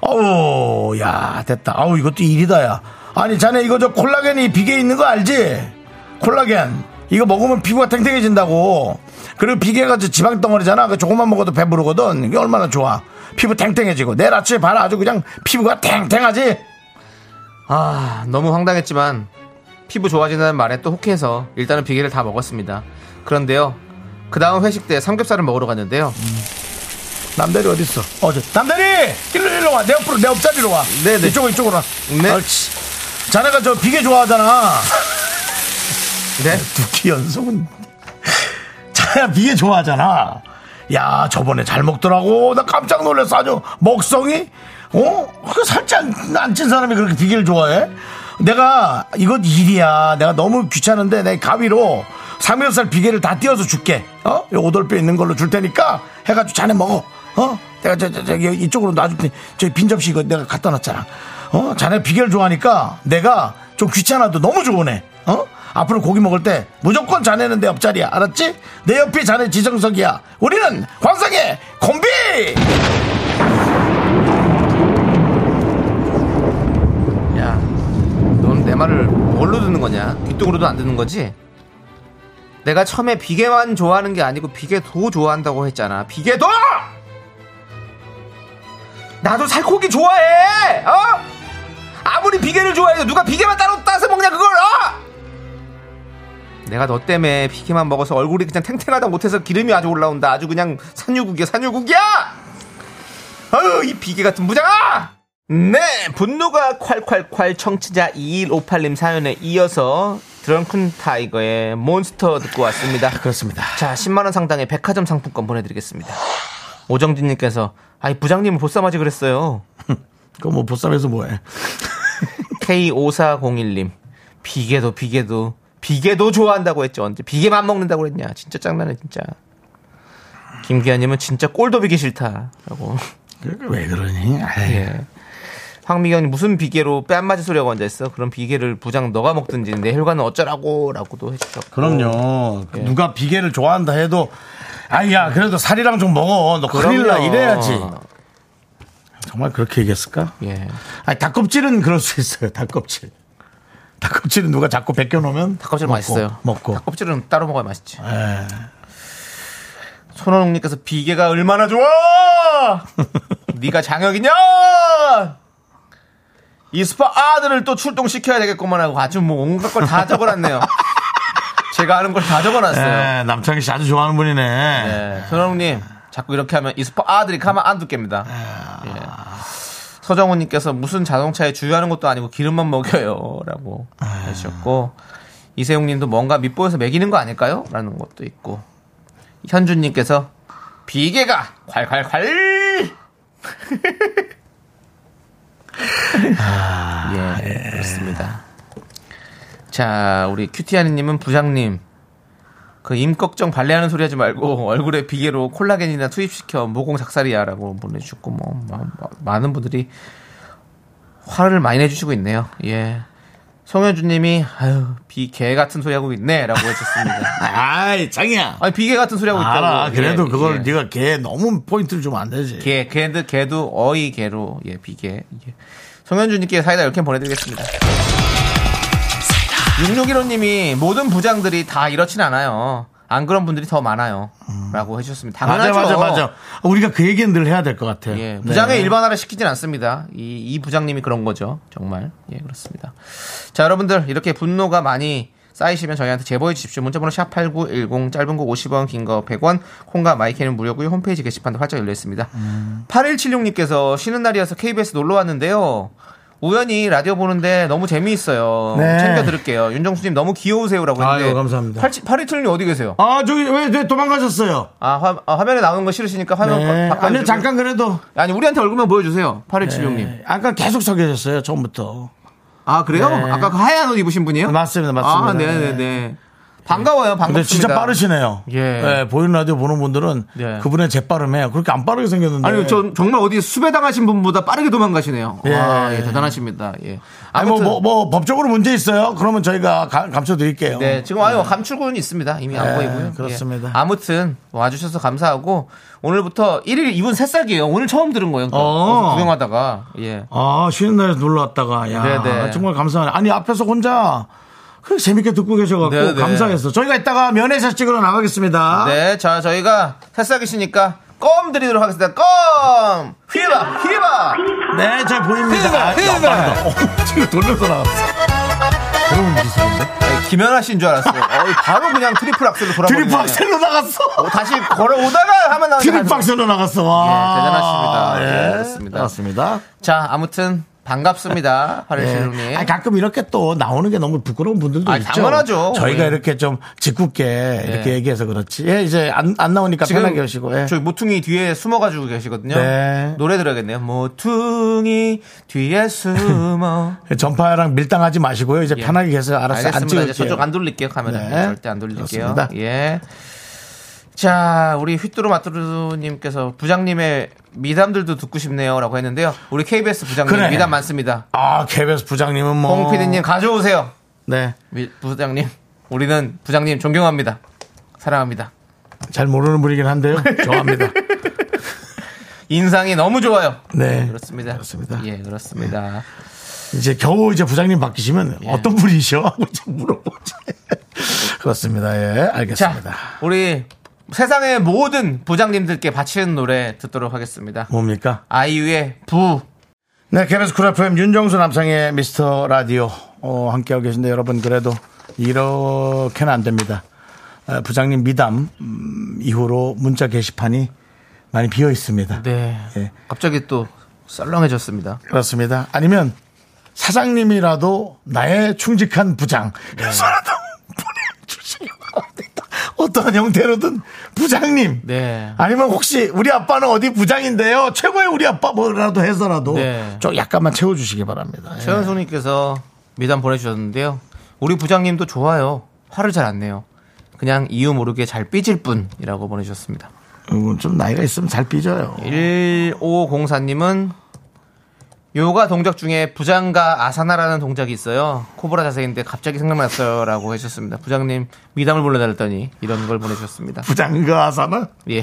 어우, 야, 됐다. 아우, 이것도 일이다, 야. 아니, 자네 이거 저 콜라겐이 비계 있는 거 알지? 콜라겐. 이거 먹으면 피부가 탱탱해진다고. 그리고 비계가 저 지방 덩어리잖아. 그 조금만 먹어도 배부르거든. 이게 얼마나 좋아. 피부 탱탱해지고. 내일 아침에 봐라. 아주 그냥 피부가 탱탱하지? 아, 너무 황당했지만 피부 좋아진다는 말에 또 혹해서 일단은 비계를 다 먹었습니다. 그런데요. 그 다음 회식 때 삼겹살을 먹으러 갔는데요. 남대리 어딨어? 어제. 남대리! 일로, 일로 와. 내 옆으로, 내 옆자리로 와. 네네. 이쪽으로, 이쪽으로 와. 네. 옳지. 자네가 저 비계 좋아하잖아. 네. 두끼 연속은 자야 비계 좋아하잖아. 야 저번에 잘 먹더라고. 나 깜짝 놀랐어. 아주 먹성이 어? 그 살짝 안 찐 사람이 그렇게 비계를 좋아해? 내가 이건 일이야. 내가 너무 귀찮은데 내 가위로 삼겹살 비계를 다 띄어서 줄게. 어? 요 오돌뼈 있는 걸로 줄 테니까 해가지고 자네 먹어. 어? 내가 저, 저, 저기 이쪽으로 놔줄 테니 저기 빈 접시 이거 내가 갖다 놨잖아. 어? 자네 비계를 좋아하니까 내가 좀 귀찮아도 너무 좋으네. 어? 앞으로 고기 먹을 때 무조건 자네는 내 옆자리야. 알았지? 내 옆이 자네 지정석이야. 우리는 환상의 콤비! 야, 넌 내 말을 뭘로 듣는 거냐? 귓등으로도 안 듣는 거지? 내가 처음에 비계만 좋아하는 게 아니고 비계도 좋아한다고 했잖아. 비계도! 나도 살코기 좋아해! 어? 아무리 비계를 좋아해도 누가 비계만 따로 따서 먹냐, 그걸! 어? 내가 너 때문에 비계만 먹어서 얼굴이 그냥 탱탱하다 못해서 기름이 아주 올라온다. 아주 그냥 산유국이야, 산유국이야! 아유, 이 비계 같은 무장아! 네, 분노가 콸콸콸 청취자 2158님 사연에 이어서 드렁큰 타이거의 몬스터 듣고 왔습니다. 아, 그렇습니다. 자, 10만원 상당의 백화점 상품권 보내드리겠습니다. 오정진님께서, 아니, 부장님은 보쌈하지 그랬어요. 그거 뭐 보쌈에서 뭐해? K5401님, 비계도, 비계도, 비계도 좋아한다고 했죠. 언제 비계만 먹는다고 그랬냐. 진짜 장난해, 진짜. 김기아님은 진짜 꼴도 비기 싫다. 라고. 왜 그러니? 에이, 예. 황미경이 무슨 비계로 뺨 맞을 소리하고 앉아있어? 그럼 비계를 부장 너가 먹든지 내 혈관은 어쩌라고? 라고도 해주셨고. 그럼요. 예. 누가 비계를 좋아한다 해도 아야 그래도 살이랑 좀 먹어. 너 큰일 나 그럼요. 이래야지. 정말 그렇게 얘기했을까? 예. 아니 닭껍질은 그럴 수 있어요. 닭껍질. 닭껍질은 누가 자꾸 벗겨 놓으면 닭껍질 맛있어요. 먹고. 예. 닭껍질은 따로 먹어야 맛있지. 손원웅님께서 비계가 얼마나 좋아? 네가 장혁이냐? 이 스파 아들을 또 출동시켜야 되겠구만 하고 아주 뭐 온갖 걸 다 적어놨네요. 제가 아는 걸 다 적어놨어요. 네, 남창희 씨 아주 좋아하는 분이네. 예, 손원웅님 자꾸 이렇게 하면 이 스파 아들이 가만 안 둘겁니다. 예. 서정훈님께서 무슨 자동차에 주유하는 것도 아니고 기름만 먹여요라고 하셨고 이세웅님도 뭔가 밑보여서 먹이는 거 아닐까요?라는 것도 있고 현준님께서 비계가 콸콸콸 예, 그렇습니다. 자 우리 큐티아니님은 부장님 그 임꺽정 발레하는 소리 하지 말고 얼굴에 비계로 콜라겐이나 투입시켜 모공 작살이야라고 보내주셨고 뭐 마- 마- 많은 분들이 화를 많이 내주시고 있네요. 예. 송현주님이 아유 비개 같은 소리 하고 있네라고 해주셨습니다. 아이 장이야. 아니 비개 같은 소리 하고 있다고. 알아. 그래도 예, 그걸 예. 네가 걔 너무 포인트를 주면 안 되지. 개 개도 개도 어이 개로 예 비개. 예. 송현주님께 사이다 이렇게 보내드리겠습니다. 6615님이 모든 부장들이 다 이렇진 않아요. 안 그런 분들이 더 많아요. 라고 해주셨습니다. 맞아 당연하죠. 맞아 맞아. 우리가 그 얘기는 늘 해야 될 것 같아요. 예, 네. 부장의 일반화를 시키진 않습니다. 이, 이 부장님이 그런 거죠. 정말. 예, 그렇습니다. 자, 여러분들, 이렇게 분노가 많이 쌓이시면 저희한테 제보해 주십시오. 문자번호 샵8910, 짧은 거 50원, 긴 거 100원, 콩과 마이크는 무료고요. 홈페이지 게시판도 활짝 열려 있습니다. 음. 8176님께서 쉬는 날이어서 KBS 놀러 왔는데요. 우연히 라디오 보는데 너무 재미있어요. 네. 챙겨 들을게요. 윤정수님 너무 귀여우세요라고 했는데. 아유, 감사합니다. 8176님 어디 계세요? 아 저기 왜, 왜 도망가셨어요? 아, 화, 면에 나오는 거 싫으시니까 화면 네. 바꿔 아니 잠깐 그래도 아니 우리한테 얼굴만 보여주세요. 8176님. 네. 아까 계속 서 계셨어요 처음부터. 아 그래요? 네. 아까 그 하얀 옷 입으신 분이요? 맞습니다, 맞습니다. 아 네네네. 반가워요, 반갑습니다. 근데 진짜 빠르시네요. 예. 네, 보이는 라디오 보는 분들은 네. 그분의 재빠름해요. 그렇게 안 빠르게 생겼는데. 아니 전 정말 어디 수배당하신 분보다 빠르게 도망가시네요. 예. 와, 예, 대단하십니다. 예. 아니, 뭐, 아무튼 뭐, 뭐 법적으로 문제 있어요? 그러면 저희가 가- 감춰드릴게요. 네, 지금 아유 감출구는 있습니다. 이미 안 예, 보이고요. 예. 그렇습니다. 아무튼 와주셔서 감사하고 오늘부터 1일 이분 새싹이에요. 오늘 처음 들은 거예요. 어. 어디서 구경하다가 예. 아, 쉬는 날에 놀러 왔다가. 야, 네네. 정말 감사하네. 아니, 앞에서 혼자 그 재밌게 듣고 계셔갖고 네네. 감사했어. 저희가 이따가 면회샷 찍으러 나가겠습니다. 네, 자 저희가 새싹이시니까 껌 드리도록 하겠습니다. 껌 휘바 휘바. 네, 잘 보입니다. 휘발, 아, 휘발. 야, 빠르다. 어, 지금 돌려서 나왔어. 새로운 기사인데? 네, 김연아 씨인 줄 알았어요. 어, 바로 그냥 트리플 악셀로 돌아버리네. 드립 박스로 나갔어. 다시 걸어오다가 하면 나오는 드립 거 박스로 나갔어. 와. 예, 대단하십니다. 예, 예, 그렇습니다. 그렇습니다. 아니에요. 자, 아무튼 반갑습니다. 예. 파리시룡님. 아니, 가끔 이렇게 또 나오는 게 너무 부끄러운 분들도 네, 아, 있죠. 당연하죠. 저희가 예. 이렇게 좀 짓궂게 이렇게 얘기해서 그렇지. 예, 이제 안, 안 나오니까 편하게 하시고. 예. 저희 모퉁이 뒤에 숨어가지고 계시거든요. 네. 노래 들어야겠네요. 모퉁이 뒤에 숨어. 전파랑 밀당하지 마시고요. 이제 편하게 계세요. 알았어요. 안 예. 알겠습니다. 이제 찍을게요. 저쪽 안 돌릴게요. 카메라 네. 절대 안 돌릴게요. 그렇습니다. 예. 자, 우리 휘뚜루 마뚜루님께서 부장님의 미담들도 듣고 싶네요라고 했는데요. 우리 KBS 부장님 그래. 미담 많습니다. 아, KBS 부장님은 뭐. 홍 PD님 가져오세요. 네, 미- 부장님. 우리는 부장님 존경합니다. 사랑합니다. 잘 모르는 분이긴 한데요. 좋아합니다. 인상이 너무 좋아요. 네. 그렇습니다. 그렇습니다. 네, 예, 그렇습니다. 이제 겨우 이제 부장님 바뀌시면 예. 어떤 분이셔? 하고 이제 물어보지. 그렇습니다. 예, 자, 알겠습니다. 우리 세상의 모든 부장님들께 바치는 노래 듣도록 하겠습니다. 뭡니까? 아이유의 부. 네, KBS 쿨 FM 윤정수 남상의 미스터 라디오 어, 함께하고 계신데 여러분 그래도 이렇게는 안 됩니다. 어, 부장님 미담 음, 이후로 문자 게시판이 많이 비어 있습니다. 네. 예. 갑자기 또 썰렁해졌습니다. 네. 그렇습니다. 아니면 사장님이라도 나의 충직한 부장 네. 해서라도 보내주시려고 합니다. 어떠한 형태로든 부장님. 네. 아니면 혹시 우리 아빠는 어디 부장인데요. 최고의 우리 아빠 뭐라도 해서라도 네. 좀 약간만 채워주시기 바랍니다. 예. 최현숙님께서 미담 보내주셨는데요. 우리 부장님도 좋아요. 화를 잘 안 내요. 그냥 이유 모르게 잘 삐질 뿐이라고 보내주셨습니다. 음, 좀 나이가 있으면 잘 삐져요. 1504님은 요가 동작 중에 부장과 아사나라는 동작이 있어요. 코브라 자세인데 갑자기 생각났어요. 라고 해주셨습니다. 부장님 미담을 불러달랬더니 이런 걸 보내주셨습니다. 부장가 아사나 예.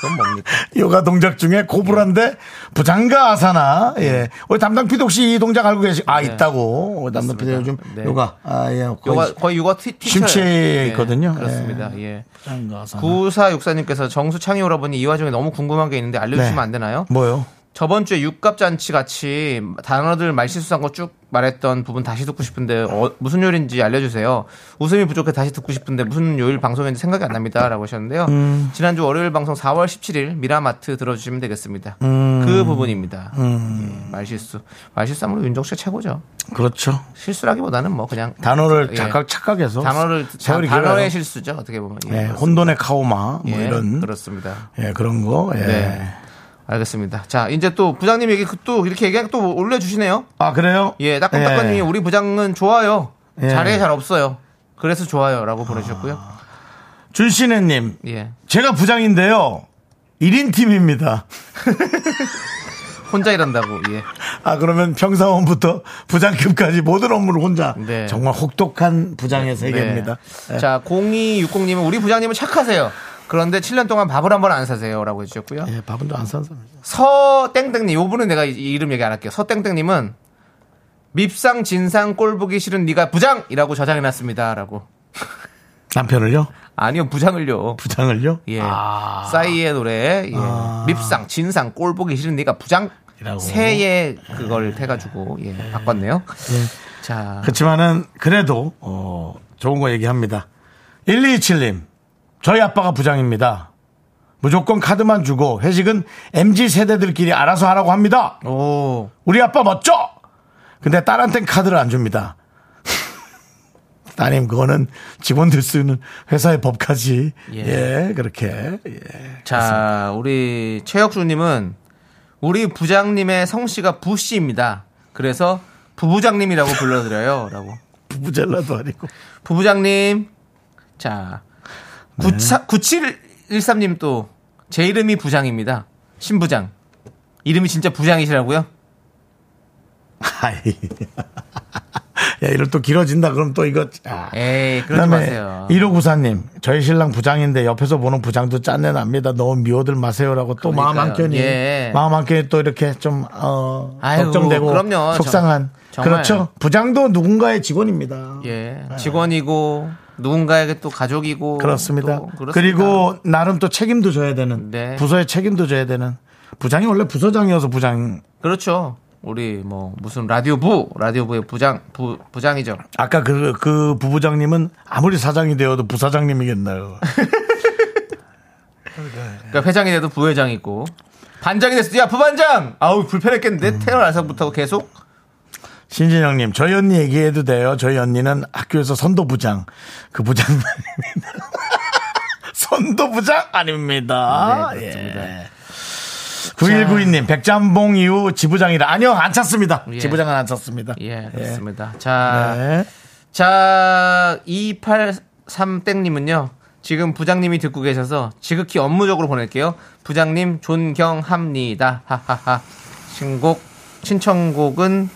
그건 뭡니까? 요가 동작 중에 고불한데 부장가 아사나 예 우리 담당 피디 혹시 이 동작 알고 계시 아 있다고 우리 담당 피디 요즘 네. 요가 아예 요가, 거의 요가 티, 티처. 심취해 있거든요. 그렇습니다. 예. 부장가 아사나 구사 육사님께서 정수창이 오라버니 이 와중에 너무 궁금한 게 있는데 알려주시면 네. 안 되나요? 뭐요 저번 주에 육갑잔치 같이 단어들 말실수한 거 쭉 말했던 부분 다시 듣고 싶은데 어, 무슨 요일인지 알려주세요. 웃음이 부족해 다시 듣고 싶은데 무슨 요일 방송인지 생각이 안 납니다라고 하셨는데요. 음. 지난주 월요일 방송 4월 17일 미라마트 들어주시면 되겠습니다. 음. 그 부분입니다. 예, 말실수 말실수함으로 윤정 씨가 최고죠. 그렇죠 실수라기보다는 뭐 그냥 단어를 예. 착각 착각해서 단어를 세월이 단어의 길어요. 실수죠 어떻게 보면 예, 예, 그렇습니다. 혼돈의 카오마 뭐 예, 이런 그렇습니다. 예 그런 거 예. 네. 알겠습니다. 자, 이제 또 부장님 얘기 그 또 이렇게 얘기 또 올려주시네요. 아 그래요 예, 따끔따끔님이 예. 우리 부장은 좋아요. 예. 잘해 잘 없어요. 그래서 좋아요라고 보내주셨고요. 준신혜님 예, 제가 부장인데요 1인 팀입니다 혼자 일한다고. 예, 아 그러면 평사원부터 부장급까지 모든 업무를 혼자 네. 정말 혹독한 부장의 네. 세계입니다. 예. 자, 0260님은 우리 부장님은 착하세요. 그런데 7년 동안 밥을 한 번 안 사세요라고 해주셨고요. 예, 밥은 또 안산 사람이죠. 서땡땡님, 요분은 내가 이- 이 이름 얘기 안 할게요. 서땡땡님은 밉상 진상 꼴 보기 싫은 네가 부장이라고 저장해놨습니다라고. 남편을요? 아니요, 부장을요. 부장을요? 예. 아. 싸이의 노래 예. 밉상 진상 꼴 보기 싫은 네가 부장 이라고. 새의 그걸 해가지고 예, 바꿨네요. 자 그렇지만은 그래도 어, 좋은 거 얘기합니다. 1227님 저희 아빠가 부장입니다. 무조건 카드만 주고 회식은 MZ 세대들끼리 알아서 하라고 합니다. 오. 우리 아빠 멋져! 근데 딸한텐 카드를 안 줍니다. 따님, 그거는 직원들 쓰는 회사의 법까지. 예, 예. 그렇게. 예. 자 우리 최혁수님은 우리 부장님의 성씨가 부씨입니다. 그래서 부부장님이라고 불러드려요라고. 부부젤라도 아니고. 부부장님. 자, 네. 94, 9713님 또 제 이름이 부장입니다. 신부장. 이름이 진짜 부장이시라고요? 아이. 야, 이럴 또 길어진다. 그럼 또 이거. 아. 에이, 그러지 그다음에 마세요. 1594님, 저희 신랑 부장인데 옆에서 보는 부장도 짠내 납니다. 너무 미워들 마세요라고 또 마음 그러니까요. 한켠이 예. 마음 한켠이 또 이렇게 좀 어, 아이고, 걱정되고 그럼요. 속상한 정- 정말. 그렇죠. 부장도 누군가의 직원입니다. 아, 예. 직원이고 누군가에게 또 가족이고 네. 그렇습니다. 또 그렇습니다. 그리고 나름 또 책임도 져야 되는 네. 부서에 책임도 져야 되는 부장이 원래 부서장이어서 부장 그렇죠. 우리 뭐 무슨 라디오부 라디오부의 부장 부, 부장이죠. 아까 그 그 부부장님은 아무리 사장이 되어도 부사장님이겠나요? 네. 그러니까 회장이 돼도 부회장이 있고 반장이 됐을 때 야 부반장 아우 불편했겠는데 음. 태어나서부터 계속 신진영님 저희 언니 얘기해도 돼요. 저희 언니는 학교에서 선도 부장 그 부장 선도 부장 아닙니다. 네, 그렇습니다. 9192님 백짬봉 이후 지부장이라 아니요 안 찼습니다. 예. 지부장은 안 찼습니다. 예 예. 그렇습니다. 예. 자 네. 자, 283땡님은요. 지금 부장님이 듣고 계셔서 지극히 업무적으로 보낼게요. 부장님 존경합니다. 하하하. 신곡, 신청곡은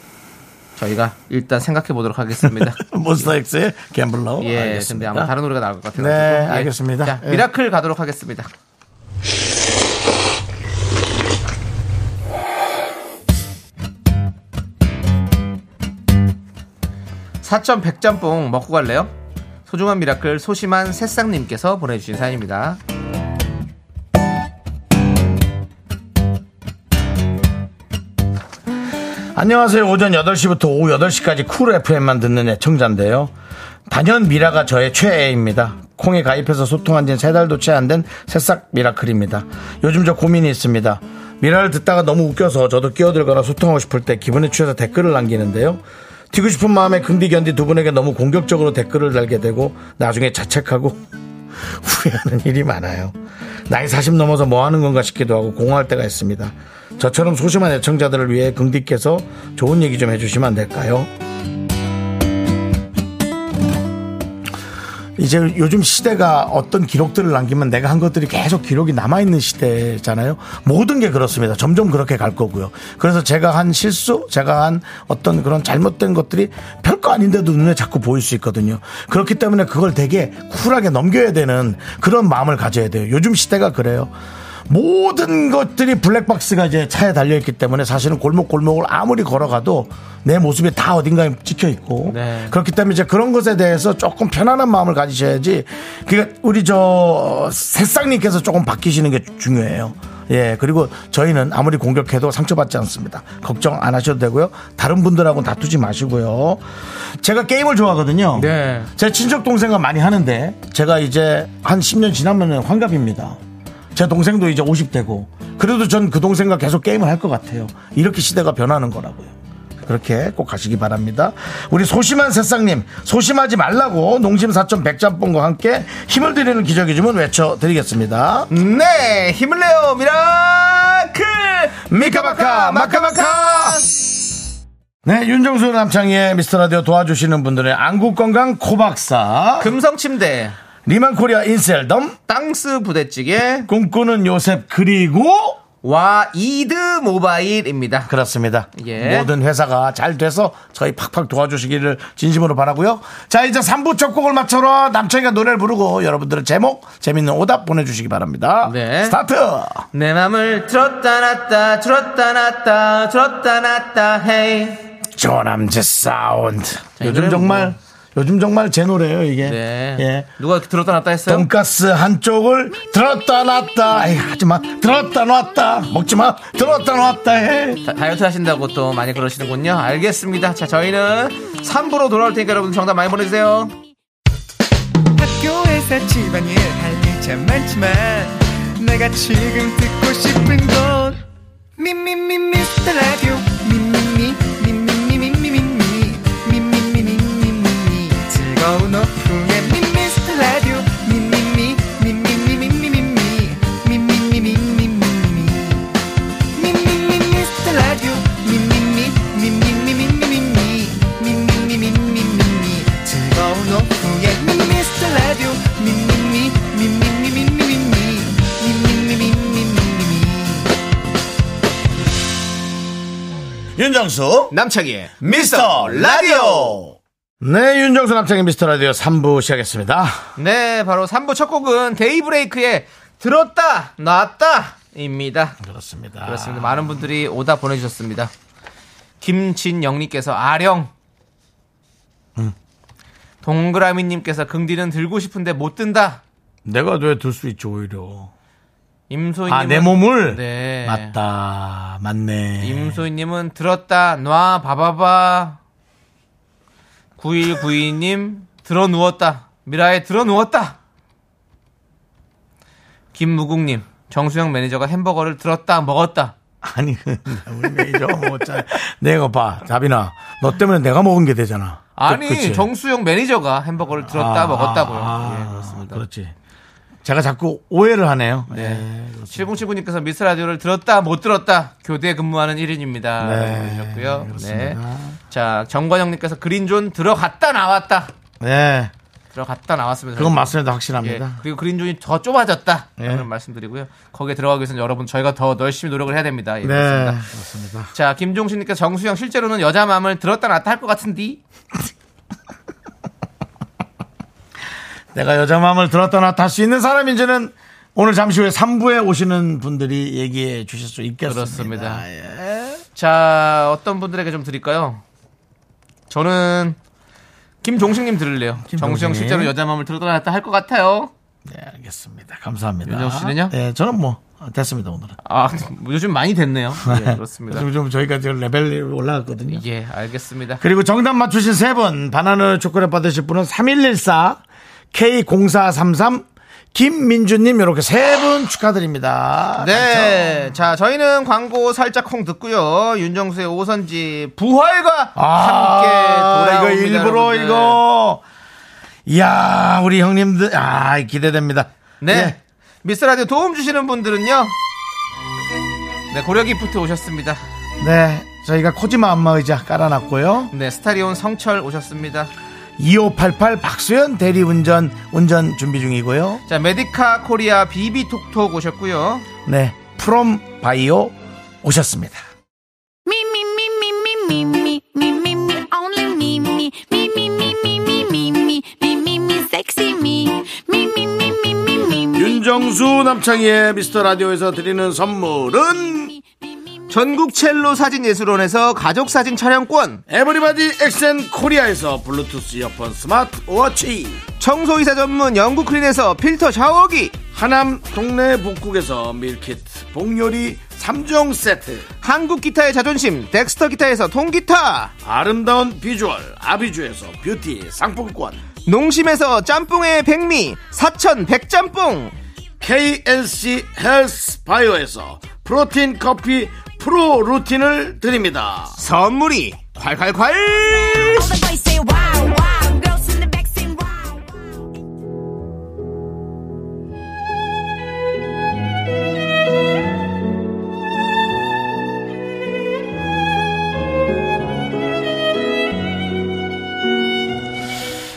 저희가 일단 생각해 보도록 하겠습니다. 몬스타엑스의 갬블러. 예, 어, 알겠습니다. 근데 아마 다른 노래가 나올 것 같아요. 네, 알겠습니다. 자, 예. 미라클 가도록 하겠습니다. 사점 백짬뽕 먹고 갈래요? 소중한 미라클 소심한 새싹님께서 보내주신 사연입니다. 안녕하세요. 오전 8시부터 오후 8시까지 쿨 FM만 듣는 애청자인데요. 단연 미라가 저의 최애입니다. 콩에 가입해서 소통한 지는 3달도 채 안 된 새싹 미라클입니다. 요즘 저 고민이 있습니다. 미라를 듣다가 너무 웃겨서 저도 끼어들거나 소통하고 싶을 때 기분에 취해서 댓글을 남기는데요. 튀고 싶은 마음에 금디 견디 두 분에게 너무 공격적으로 댓글을 달게 되고 나중에 자책하고 후회하는 일이 많아요. 나이 40 넘어서 뭐 하는 건가 싶기도 하고 공허할 때가 있습니다. 저처럼 소심한 애청자들을 위해 긍디께서 좋은 얘기 좀 해주시면 안 될까요? 이제 요즘 시대가 어떤 기록들을 남기면 내가 한 것들이 계속 기록이 남아있는 시대잖아요. 모든 게 그렇습니다. 점점 그렇게 갈 거고요. 그래서 제가 한 실수, 제가 한 어떤 그런 잘못된 것들이 별거 아닌데도 눈에 자꾸 보일 수 있거든요. 그렇기 때문에 그걸 되게 쿨하게 넘겨야 되는 그런 마음을 가져야 돼요. 요즘 시대가 그래요. 모든 것들이 블랙박스가 이제 차에 달려있기 때문에 사실은 골목골목을 아무리 걸어가도 내 모습이 다 어딘가에 찍혀있고 네. 그렇기 때문에 이제 그런 것에 대해서 조금 편안한 마음을 가지셔야지. 그러니까 우리 저 새싹님께서 조금 바뀌시는 게 중요해요. 예, 그리고 저희는 아무리 공격해도 상처받지 않습니다. 걱정 안 하셔도 되고요. 다른 분들하고 다투지 마시고요. 제가 게임을 좋아하거든요. 네. 제 친척 동생과 많이 하는데 제가 이제 한 10년 지나면은 환갑입니다. 제 동생도 이제 50대고 그래도 전 그 동생과 계속 게임을 할 것 같아요. 이렇게 시대가 변하는 거라고요. 그렇게 꼭 가시기 바랍니다. 우리 소심한 새싹님, 소심하지 말라고 농심 4.100짬뽕과 함께 힘을 드리는 기적의 주문 외쳐드리겠습니다. 네, 힘을 내요 미라클. 그 미카마카, 마카마카! 네, 윤정수 남창희의 미스터 라디오 도와주시는 분들의 안국 건강 코박사, 금성침대, 리만 코리아 인셀덤, 땅스 부대찌개, 꿈꾸는 요셉, 그리고 와 이드 모바일입니다. 그렇습니다. 예. 모든 회사가 잘 돼서 저희 팍팍 도와주시기를 진심으로 바라고요. 자 이제 3부 첫 곡을 맞춰라 남창이가 노래를 부르고 여러분들의 제목 재밌는 오답 보내주시기 바랍니다. 네. 스타트. 내 맘을 들었다 놨다 들었다 놨다 들었다 놨다 헤이 조남지 사운드. 요즘 이거는 정말 뭐. 요즘 정말 제 노래예요 이게. 네 예. 누가 이렇게 들었다 놨다 했어요? 돈가스 한쪽을 들었다 놨다 에이, 하지마 들었다 놨다 먹지마 들었다 놨다 해 다- 다이어트 하신다고 또 많이 그러시는군요 알겠습니다 자 저희는 3부로 돌아올 테니까 여러분 정답 많이 보내주세요 학교에서 집안일 할 일 참 많지만 내가 지금 듣고 싶은 건 미미미 미스터 라디오 미미미 미미미 미미미 미미미 미미미 즐거운 오후에 미스터 라디오 미미미 미미미 미미미 미미미 미미미 윤정수 남창희의 미스터 라디오 네 윤정수 남창의 미스터 라디오 3부 시작했습니다 네 바로 3부 첫 곡은 데이브레이크의 들었다 놨다 입니다 그렇습니다 그렇습니다 많은 분들이 오다 보내주셨습니다 김진영님께서 아령 동그라미님께서 긍디는 들고 싶은데 못 든다 내가 왜 들 수 있지 오히려 임소희님은 아 내 몸을 네. 맞다 맞네 임소희님은 들었다 놔 봐봐봐 9192님 들어 누웠다 미라에 들어 누웠다 김무국님 정수영 매니저가 햄버거를 들었다 먹었다 아니 그, 우리 매니저 먹었잖아 내가 봐 자빈아 너 때문에 내가 먹은 게 되잖아 아니 그치? 정수영 매니저가 햄버거를 들었다 아, 먹었다고요 아, 예 그렇습니다 그렇지 제가 자꾸 오해를 하네요 네. 7079님께서 미스 라디오를 들었다 못 들었다 교대 근무하는 1인입니다. 네, 그러셨고요. 네. 그렇습니다. 자, 정관영님께서 그린존 들어갔다 나왔다. 네. 들어갔다 나왔으면 그건 저희가- 맞습니다. 예, 확실합니다. 그리고 그린존이 더 좁아졌다. 예. 그런 말씀드리고요. 거기에 들어가기 위해서는 여러분 저희가 더 열심히 노력을 해야 됩니다. 예, 네. 그렇습니다. 맞습니다. 자, 김종신님께서 정수영 실제로는 여자 마음을 들었다 놨다 할 것 같은데 내가 여자 마음을 들었다 놨다 할 수 있는 사람인지는 오늘 잠시 후에 3부에 오시는 분들이 얘기해 주실 수 있겠습니다. 그렇습니다. 예. 자, 어떤 분들에게 좀 드릴까요? 저는 김종식님 들을래요. 정수영 김종식님. 실제로 여자 마음을 들었다 놨다 할 것 같아요. 네, 알겠습니다. 감사합니다. 윤정 씨는요? 예, 저는 뭐 됐습니다 오늘은. 아, 요즘 많이 됐네요. 예, 그렇습니다. 요즘 좀 저희가 지금 레벨이 올라갔거든요. 예, 알겠습니다. 그리고 정답 맞추신 세 분, 바나나 초콜릿 받으실 분은 3114, K0433, 김민주님, 이렇게 세 분 축하드립니다. 네. 자, 저희는 광고 살짝 콩 듣고요. 윤정수의 오선지 부활과 아, 함께 돌아옵니다. 이거 일부러 여러분들. 이거. 이야, 우리 형님들, 아, 기대됩니다. 네. 예. 미스라디오 도움 주시는 분들은요. 네, 고려기프트 오셨습니다. 네. 저희가 코지마 안마 의자 깔아놨고요. 네, 스타리온 성철 오셨습니다. 2588 박수현 대리운전 운전 준비 중이고요. 자, 메디카 코리아 비비톡톡 오셨고요. 네. 프롬 바이오 오셨습니다. Me, me, me, me, me, me, me, me, me, me, only me, me, me, me, me, me, me, me, me, me, me, me, sexy me, me, me, me, me, me, me, me, 윤정수 남창희의 미스터 라디오에서 드리는 선물은 전국 첼로 사진 예술원에서 가족 사진 촬영권, 에버리바디 엑센 코리아에서 블루투스 이어폰 스마트 워치 청소이사 전문 영국 클린에서 필터 샤워기, 하남 동네 북국에서 밀키트 복요리 3종 세트 한국 기타의 자존심 덱스터 기타에서 통기타, 아름다운 비주얼 아비주에서 뷰티 상품권 농심에서 짬뽕의 백미 사천 백짬뽕 KNC 헬스 바이오에서 프로틴 커피 프로 루틴을 드립니다 선물이 콸콸콸 All the boys say wow, wow, girls in the back say wow.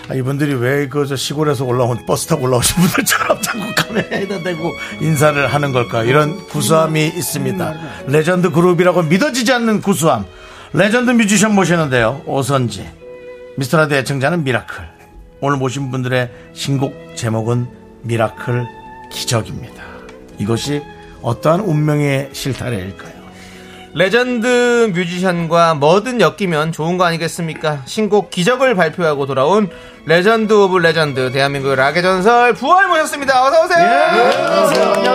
아, 이분들이 왜 그 저 시골에서 올라온 버스 타고 올라오신 분들처럼 자꾸 카메라에다 대고 인사를 하는 걸까 이런 구수함이 있습니다 레전드 그룹이라고 믿어지지 않는 구수함 레전드 뮤지션 모시는데요 오선지 미스터라드 애청자는 미라클 오늘 모신 분들의 신곡 제목은 미라클 기적입니다 이것이 어떠한 운명의 실타래일까요 레전드 뮤지션과 뭐든 엮이면 좋은 거 아니겠습니까 신곡 기적을 발표하고 돌아온 레전드 오브 레전드 대한민국 락의 전설 부활 모셨습니다 어서오세요 예. 안녕하세요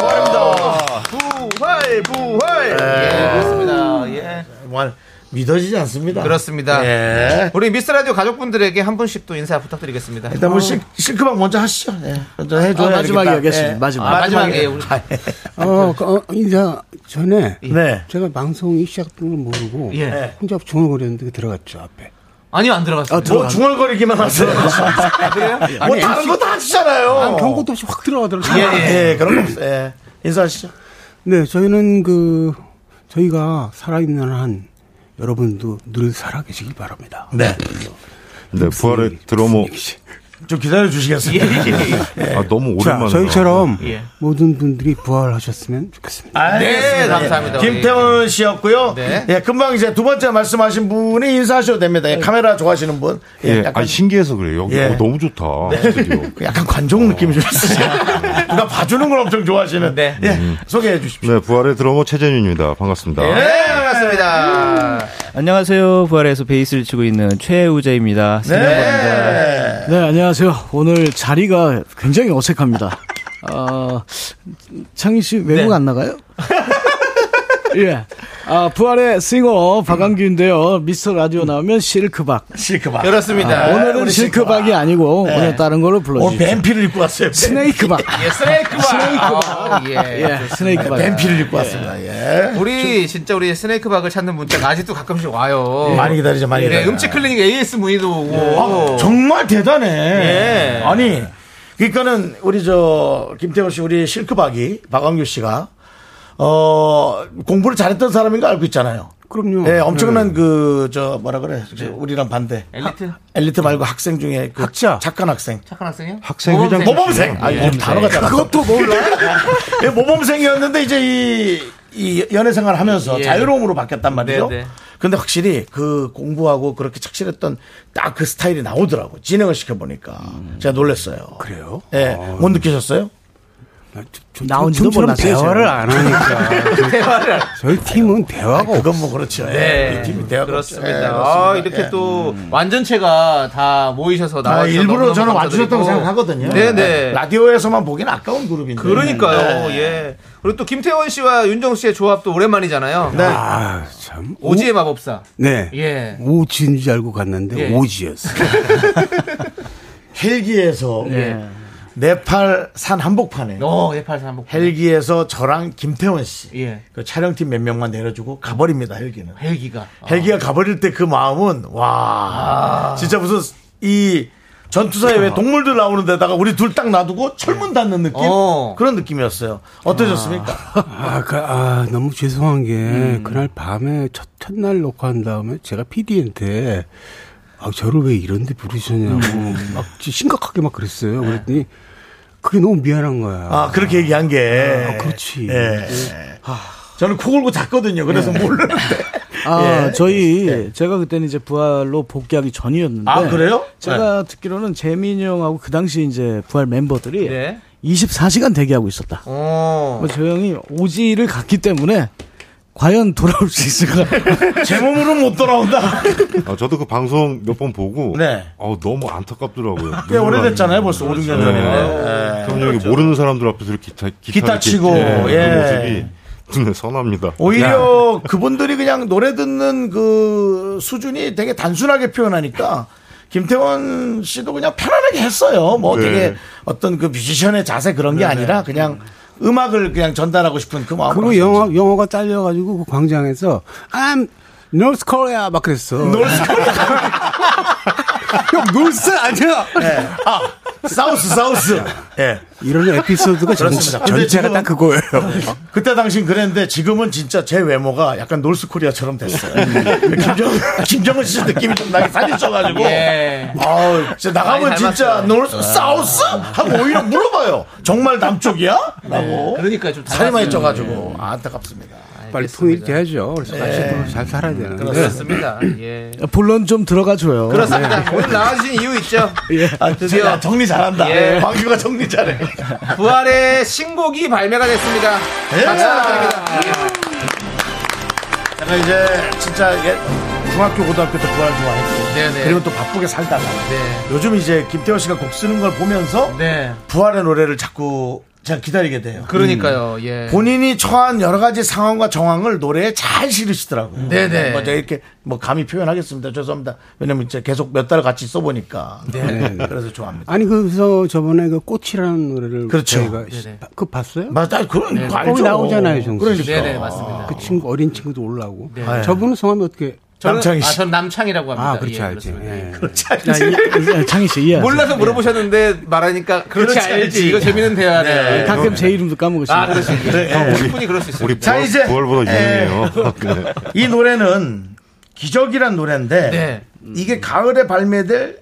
부활입니다 부활 부활 예 그렇습니다 예 정말 네, 뭐, 믿어지지 않습니다 그렇습니다 네. 예. 우리 미스라디오 가족분들에게 한 분씩 또 인사 부탁드리겠습니다 일단 뭐 실, 실크박 먼저 하시죠. 예. 먼저 해줘야 예. 마지막에 하겠습니다. 마지막. 아, 마지막에 우리- 아, 예. 어, 그, 어, 인사 전에 네. 제가 방송이 시작된 걸 모르고 예. 혼자 중얼거리는데 들어갔죠 앞에. 아니요 안 들어갔어요. 뭐 중얼거리기만 하세요. 아, 그래요? 뭐 다른 거 다 하시잖아요. 경고도 없이 확 들어가더라고요. 예, 예. 그런 거 없어요. 예. 인사하시죠. 네, 저희는 그 저희가 살아있는 한 여러분도 늘 살아계시길 바랍니다. 네. 네, 부활의 드러머. 좀 기다려 주시겠습니까? 아, 너무 자, 오랜만에. 저희처럼 예. 모든 분들이 부활하셨으면 좋겠습니다. 네, 감사합니다. 예. 예. 김태훈 씨였고요. 네. 예, 금방 이제 두 번째 말씀하신 분이 인사하셔도 됩니다. 예, 카메라 좋아하시는 분. 예, 예, 약간, 아 신기해서 그래요. 여기 예. 어, 너무 좋다. 스튜디오. 약간 관종 느낌이 좀 있으세요. 누가 봐주는 걸 엄청 좋아하시는. 네. 예, 소개해 주십시오. 예, 네, 부활의 드러머 최재윤입니다. 반갑습니다. 네, 반갑습니다. 안녕하세요. 부활에서 베이스를 치고 있는 최우재입니다. 네. 네, 안녕하세요. 오늘 자리가 굉장히 어색합니다. 어, 창희 씨 외국 네. 안 나가요? 예. 아, 부활의 싱어 박한규인데요. 미스터 라디오 나오면 실크박. 실크박. 아, 그렇습니다. 오늘은 우리 실크박이 아니고 네. 오늘 다른 걸로 오늘 불러주세요. 뱀피를 입고 왔어요. 스네이크박. 예, 스네이크바. 아, 예. 예, 스네이크박. 뱀피를 입고 왔습니다. 예. 우리 진짜 우리 스네이크박을 찾는 문자가 아직도 가끔씩 와요. 예. 많이 기다리죠, 많이 네, 기다려. 음치 클리닉 AS 문의도 오고. 어, 아, 정말 대단해. 예. 아니, 그러니까는 우리 저 김태호 씨, 우리 실크박이 박광규 씨가 어 공부를 잘했던 사람인 거 알고 있잖아요. 그럼요. 네. 예, 엄청난 그, 저, 뭐라 그래. 저 우리랑 반대. 엘리트? 하- 엘리트 말고 학생 중에 그 학자. 착한 학생. 착한 학생이요? 학생 회장. 모범생. 아니, 예. 단어가 잘 그것도 몰라요? 예, 모범생이었는데 이제 이, 이 연애 생활 하면서 예. 자유로움으로 바뀌었단 말이죠. 네, 네. 근데 확실히 그 공부하고 그렇게 착실했던 딱 그 스타일이 나오더라고. 진행을 시켜보니까. 제가 놀랐어요. 음. 그래요? 예. 못 느끼셨어요? 나온지도 몰랐어요, 제가. 예. 대화를. 저희 팀은 대화가 그건 뭐 그렇죠. 네. 그렇습니다. 아, 이렇게 또 완전체가 다 모이셔서 아, 나와 일부러 저는 와주셨다고 생각하거든요. 네네. 라디오에서만 보기엔 아까운 그룹인데. 그러니까요. 네. 예. 그리고 또 김태원 씨와 윤정 씨의 조합도 오랜만이잖아요. 아, 참. 오지의 마법사. 네. 예. 오지인 줄 알고 갔는데 예. 오지였어요. 헬기에서 예. 네팔 산 한복판에 어, 예팔산 한복. 헬기에서 저랑 김태원 씨 예. 아. 그 촬영팀 몇 명만 내려주고 가버립니다 헬기는 헬기가. 헬기가 가버릴 때 그 마음은 와 진짜 무슨 이 전투사에 왜 동물들 나오는 데다가 우리 둘 딱 놔두고 철문 닫는 느낌 어. 그런 느낌이었어요 어떠셨습니까? 아, 그, 아, 너무 죄송한 게, 음. 그날 밤에 첫, 첫날 녹화한 다음에 제가 PD한테, 아, 저를 왜 이런데 부르셨냐고, 음. 네. 막 지- 심각하게 막 그랬어요. 그랬더니, 그게 너무 미안한 거야. 아 그렇게 얘기한 게 아, 그렇지. 예. 저는 코 골고 잤거든요 그래서 모르는데 아, 예. 네. 저희 네. 제가 그때는 이제 부활로 복귀하기 전이었는데 아, 그래요? 제가 네. 듣기로는 재민이 형하고 그 당시 이제 부활 멤버들이 네. 24시간 대기하고 있었다. 어. 뭐 조용히 오지를 갔기 때문에 과연 돌아올 수 있을까? 제 몸으로는 못 돌아온다 아, 저도 그 방송 몇 번 보고 네. 어, 너무 안타깝더라고요. 꽤 오래됐잖아요 벌써 5, 6년 전이네 예. 그럼 여기 그렇죠. 모르는 사람들 앞에서 이렇게 기타 기타 이렇게, 치고, 예. 그 모습이 눈에 선합니다. 오히려 그분들이 그냥 노래 듣는 그 수준이 되게 단순하게 표현하니까 김태원 씨도 그냥 편안하게 했어요. 뭐 네. 되게 어떤 그 뮤지션의 자세 그런 게 아니라 그냥 음악을 그냥 전달하고 싶은 그 마음. 아, 그리고 영어, 영어가 딸려가지고 그 광장에서, I'm North Korea! 막 그랬어. North Korea! 형, North 아니야! 아 사우스 사우스. 예. 이런 에피소드가 전, 그렇습니다. 근데 전체가 지금은- 네. 딱 그거예요. 그때 당신 그랬는데 지금은 진짜 제 외모가 약간 놀스코리아처럼 됐어요. 음. 김정 김정은 씨 느낌이 좀 나게 살이쪄가지고. 예. 아우, 진짜 나가면 많이 진짜 닮았어요. 놀 사우스 하고 오히려 물어봐요. 정말 남쪽이야? 라고. 그러니까 좀 살이 많이 닮았어요. 쪄가지고 아, 안타깝습니다. 빨리 통일돼야죠. 그래서 같이 잘 살아야 되는데. 그렇습니다. 예. 본론 좀 들어가 네. 줘요. 그렇습니다. 오늘 나와주신 이유 있죠? 아, 드디어. 드디어 정리 잘한다. 네, 예. 네. 광규가 정리 잘해. 부활의 신곡이 발매가 됐습니다. 예. 박수 부탁드립니다. 제가 이제 진짜 옛- 중학교 고등학교 때 부활 좋아했고 네네. 그리고 또 바쁘게 살다가 네. 요즘 이제 김태원 씨가 곡 쓰는 걸 보면서 네. 부활의 노래를 자꾸 제가 기다리게 돼요. 그러니까요. 예. 본인이 처한 여러 가지 상황과 정황을 노래에 잘 실으시더라고요. 네네. 뭐 제가 이렇게 뭐 감히 표현하겠습니다. 죄송합니다. 왜냐면 이제 계속 몇 달 같이 써보니까. 그래서 좋아합니다. 아니 그래서 저번에 그 꽃이라는 노래를 그렇죠. 저희가 시- 네네. 그 봤어요? 맞아, 뭐 그런 거 알죠. 거기 나오잖아요, 정수 씨. 그러니까. 네네, 맞습니다. 그 친구 어린 친구도 올라오고 아, 네. 예. 저분은 성함이 어떻게? 저는- 남창희 아, 씨. 전 남창이라고 합니다. 아 그렇지 예, 알지. 그렇습니다. 예. 야, 이- 이- 창희 씨 이해. 몰라서 물어보셨는데 말하니까 네. 그렇지, 그렇지, 알지. 알지. 이거 재밌는 대화네. 요 가끔 제 이름도 까먹으시고. 아, 그렇습니다. 네. 우리 분이 그럴 수 있습니다. 우리 자, 부월, 이제- 부월보다 예. 유명해요. 네. 이 노래는 기적이란 노래인데 네. 이게 가을에 발매될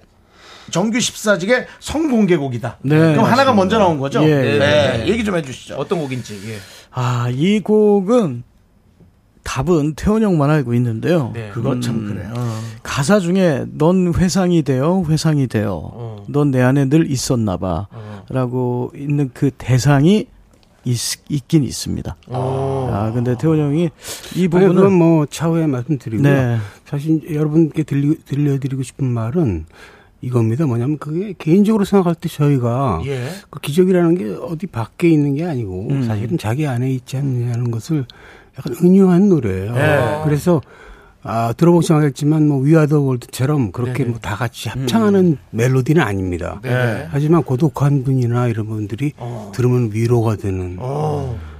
정규 14직의 성공개곡이다. 네, 그럼 하나가 맞습니다. 먼저 나온 거죠? 예, 네. 예, 얘기 좀 해주시죠. 어떤 곡인지. 예. 아, 이 곡은 답은 태원 형만 알고 있는데요. 네. 그거 참 그래요. 가사 중에 넌 회상이 되어 회상이 되어 넌 내 안에 늘 있었나 봐 라고 있는 그 대상이 있, 긴 있습니다. 아, 근데 태원 형이 이 아니, 부분은 그건 뭐 차후에 말씀드리고 네. 사실 여러분께 들리, 들려드리고 싶은 말은 이겁니다. 뭐냐면 그게 개인적으로 생각할 때 저희가 예. 그 기적이라는 게 어디 밖에 있는 게 아니고 음. 사실은 자기 안에 있지 않느냐는 것을 약간 은유한 노래예요. 어. 그래서 아, 들어보시면 알겠지만 뭐 위아더 월드처럼 그렇게 뭐 다 같이 합창하는 멜로디는 아닙니다. 예. 네. 하지만 고독한 분이나 이런 분들이 어. 들으면 위로가 되는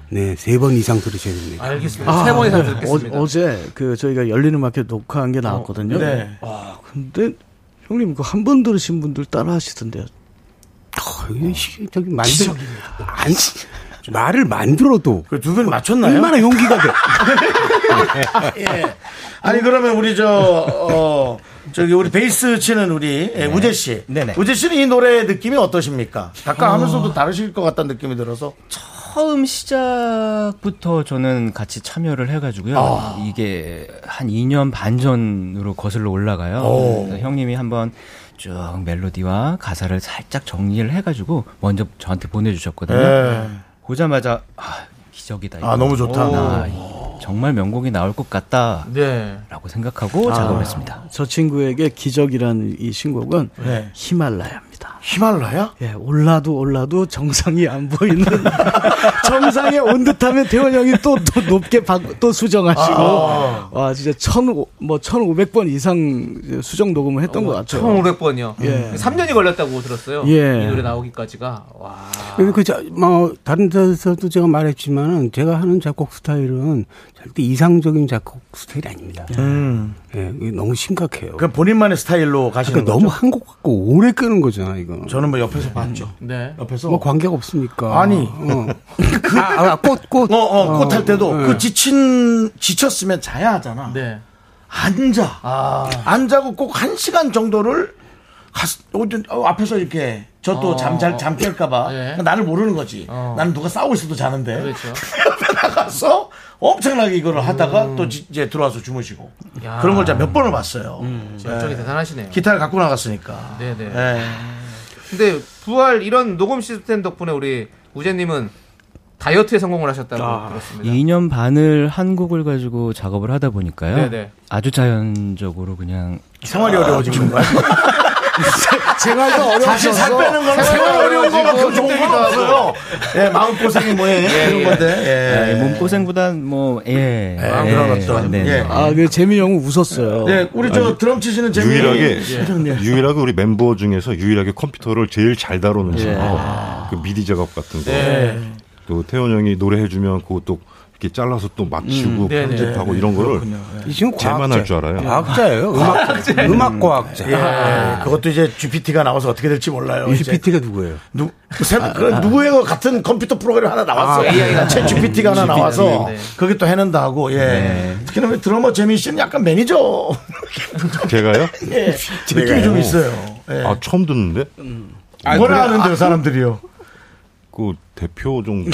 네, 세 번 이상 들으셔야 됩니다. 알겠습니다. 세 번이 상 듣겠습니다. 어, 어, 제그 저희가 열리는 마켓 녹화한 게 나왔거든요. 네. 네. 어, 아, 근데 형님 그 한 번 들으신 분들 따라 하시던데요. 거의 아, 시- 저기 만들 안 말을 만들어도 그두 분이 맞췄나요? 얼마나 용기가 돼. 예. 아니 그러면 우리 저 어, 저기 우리 베이스 치는 우리 예, 우재 씨, 네네. 우재 씨는 이 노래의 느낌이 어떠십니까? 각각 하면서도 다르실 것 같다는 느낌이 들어서 처음 시작부터 저는 같이 참여를 해가지고요. 아. 이게 한 2년 반 전으로 거슬러 올라가요. 오. 그래서 형님이 한번 쭉 멜로디와 가사를 살짝 정리를 해가지고 먼저 저한테 보내주셨거든요. 예. 보자마자 아, 기적이다. 아, 너무 좋다. 아, 이- 정말 명곡이 나올 것 같다라고 네. 생각하고 작업했습니다. 저 친구에게 기적이라는 이 신곡은 네. 히말라야입니다. 히말라야? 예, 올라도 올라도 정상이 안 보이는 정상에 온 듯하면 태원 형이 또, 또 높게 박, 또 수정하시고 아. 와 진짜 천뭐 1,500번 이상 이제 수정 녹음을 했던 것 같아요. 1500번이요. 예. 3년이 걸렸다고 들었어요. 예. 이 노래 나오기까지가. 와. 그리고 그, 저, 뭐, 다른 데서도 제가 말했지만은 제가 하는 작곡 스타일은 절대 이상적인 작곡 스타일이 아닙니다. 음. 예, 이게 너무 심각해요. 그 본인만의 스타일로 가시는 그러니까 너무 한 곡 갖고 오래 끄는 거잖아, 이거. 저는 뭐 옆에서 봤죠. 네. 옆에서 뭐 관계가 없으니까. 아니. 그, 어. 아, 아, 꽃, 꽃. 어, 어, 꽃 할 때도 예. 그 지친, 지쳤으면 자야 하잖아. 앉아. 안 자고 꼭 한 시간 정도를 가서, 어디- 어, 앞에서 이렇게 저 또 어, 잠 잘 어. 잠 깰까봐 그러니까 나를 모르는 거지. 나는 누가 싸우고 있어도 자는데. 옆에 나가서 엄청나게 이거를 하다가 또 지- 이제 들어와서 주무시고. 야. 그런 걸 제가 몇 번을 봤어요. 열정이 대단하시네요. 기타를 갖고 나갔으니까. 네네. 예. 근데 부활 이런 녹음 시스템 덕분에 우리 우재님은 다이어트에 성공을 하셨다고 들었습니다. 2년 반을 한 곡을 가지고 작업을 하다 보니까요. 네네. 아주 자연적으로 그냥 생활이 어려워지는 거야. 생활이 사실 살 빼는 거는 생활 어려운 거만큼 좋은 건 없어요. 예, 마음고생이 뭐해. 이런 건데. 예. 몸고생보단 뭐 예. 아, 그런 어떤, 예. 아, 그 재민 형은 웃었어요. 예, 우리 저 아니, 드럼 치시는 재미 유일하게 예. 유일하게 우리 멤버 중에서 유일하게 컴퓨터를 제일 잘 다루는 예. 친구. 그 미디 작업 같은 거. 예. 또 태원 형이 노래해주면 그것도 이렇게 잘라서 또 맞추고 음, 네네. 편집하고 이런 거를 이 친구 제만 과학자. 할 줄 알아요. 과학자예요. 음악, 음악과학자. 예. 그것도 이제 GPT가 나와서 어떻게 될지 몰라요. 이제. GPT가 누구예요? 누, 새, 그 누구의 같은 컴퓨터 프로그램 하나 나왔어요. 아, AI가 채 GPT가 하나 GPT. 나와서 네. 그게 또 해낸다 하고, 예. 특히나 우리 드러머 재민 씨는 약간 매니저 제가요? 예. 느낌이 좀 있어요. 예. 아 처음 듣는데? 아, 뭐라 그래요? 하는데요, 사람들이요? 그 대표 정도.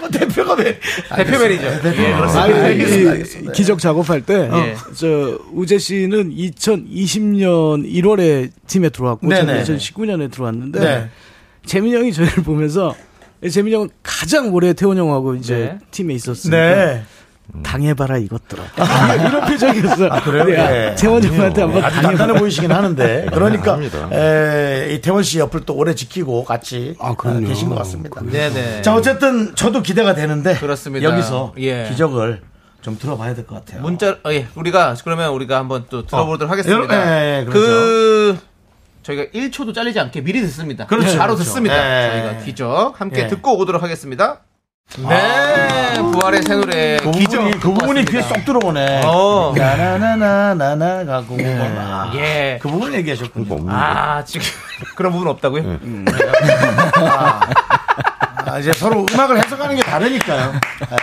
뭐 대표가 매 대표 매니저. 대표 예. 그렇습니다. 아, 네, 알겠습니다. 이 알겠습니다. 기적 작업할 때, 예. 저, 우재 씨는 2020년 1월에 팀에 들어왔고, 네네. 저는 2019년에 들어왔는데, 네. 재민 형이 저를 보면서, 예, 재민 형은 가장 오래 태원 형하고 이제 팀에 있었으니까, 네. 당해봐라 이것들아. 이런 표정이었어요. 아, 그래요? 네, 예. 태원 형한테 한번 아주 당해봐라. 단단해 보이시긴 하는데. 그러니까, 아닙니다. 에, 이 태원 씨 옆을 또 오래 지키고 같이 아, 계신 것 같습니다. 네네. 자, 어쨌든 저도 기대가 되는데. 그렇습니다. 여기서 예. 기적을 좀 들어봐야 될 것 같아요. 문자 어, 예. 우리가 그러면 우리가 한번 또 들어보도록 어. 하겠습니다. 예, 예, 그렇죠. 그 저희가 1초도 잘리지 않게 미리 듣습니다. 그렇죠, 바로 그렇죠. 듣습니다. 예. 저희가 기적 함께 예. 듣고 오도록 하겠습니다. 네, 부활의 새 노래 그 기적. 부분이, 그 부분이 귀에 쏙 들어오네. 어. 나나나나나나 가고 뭐나. 예. 그 예. 부분 얘기하셨군요. 아 지금 그런 부분 없다고요? 예. 아, 이제 서로 음악을 해석하는 게 다르니까요.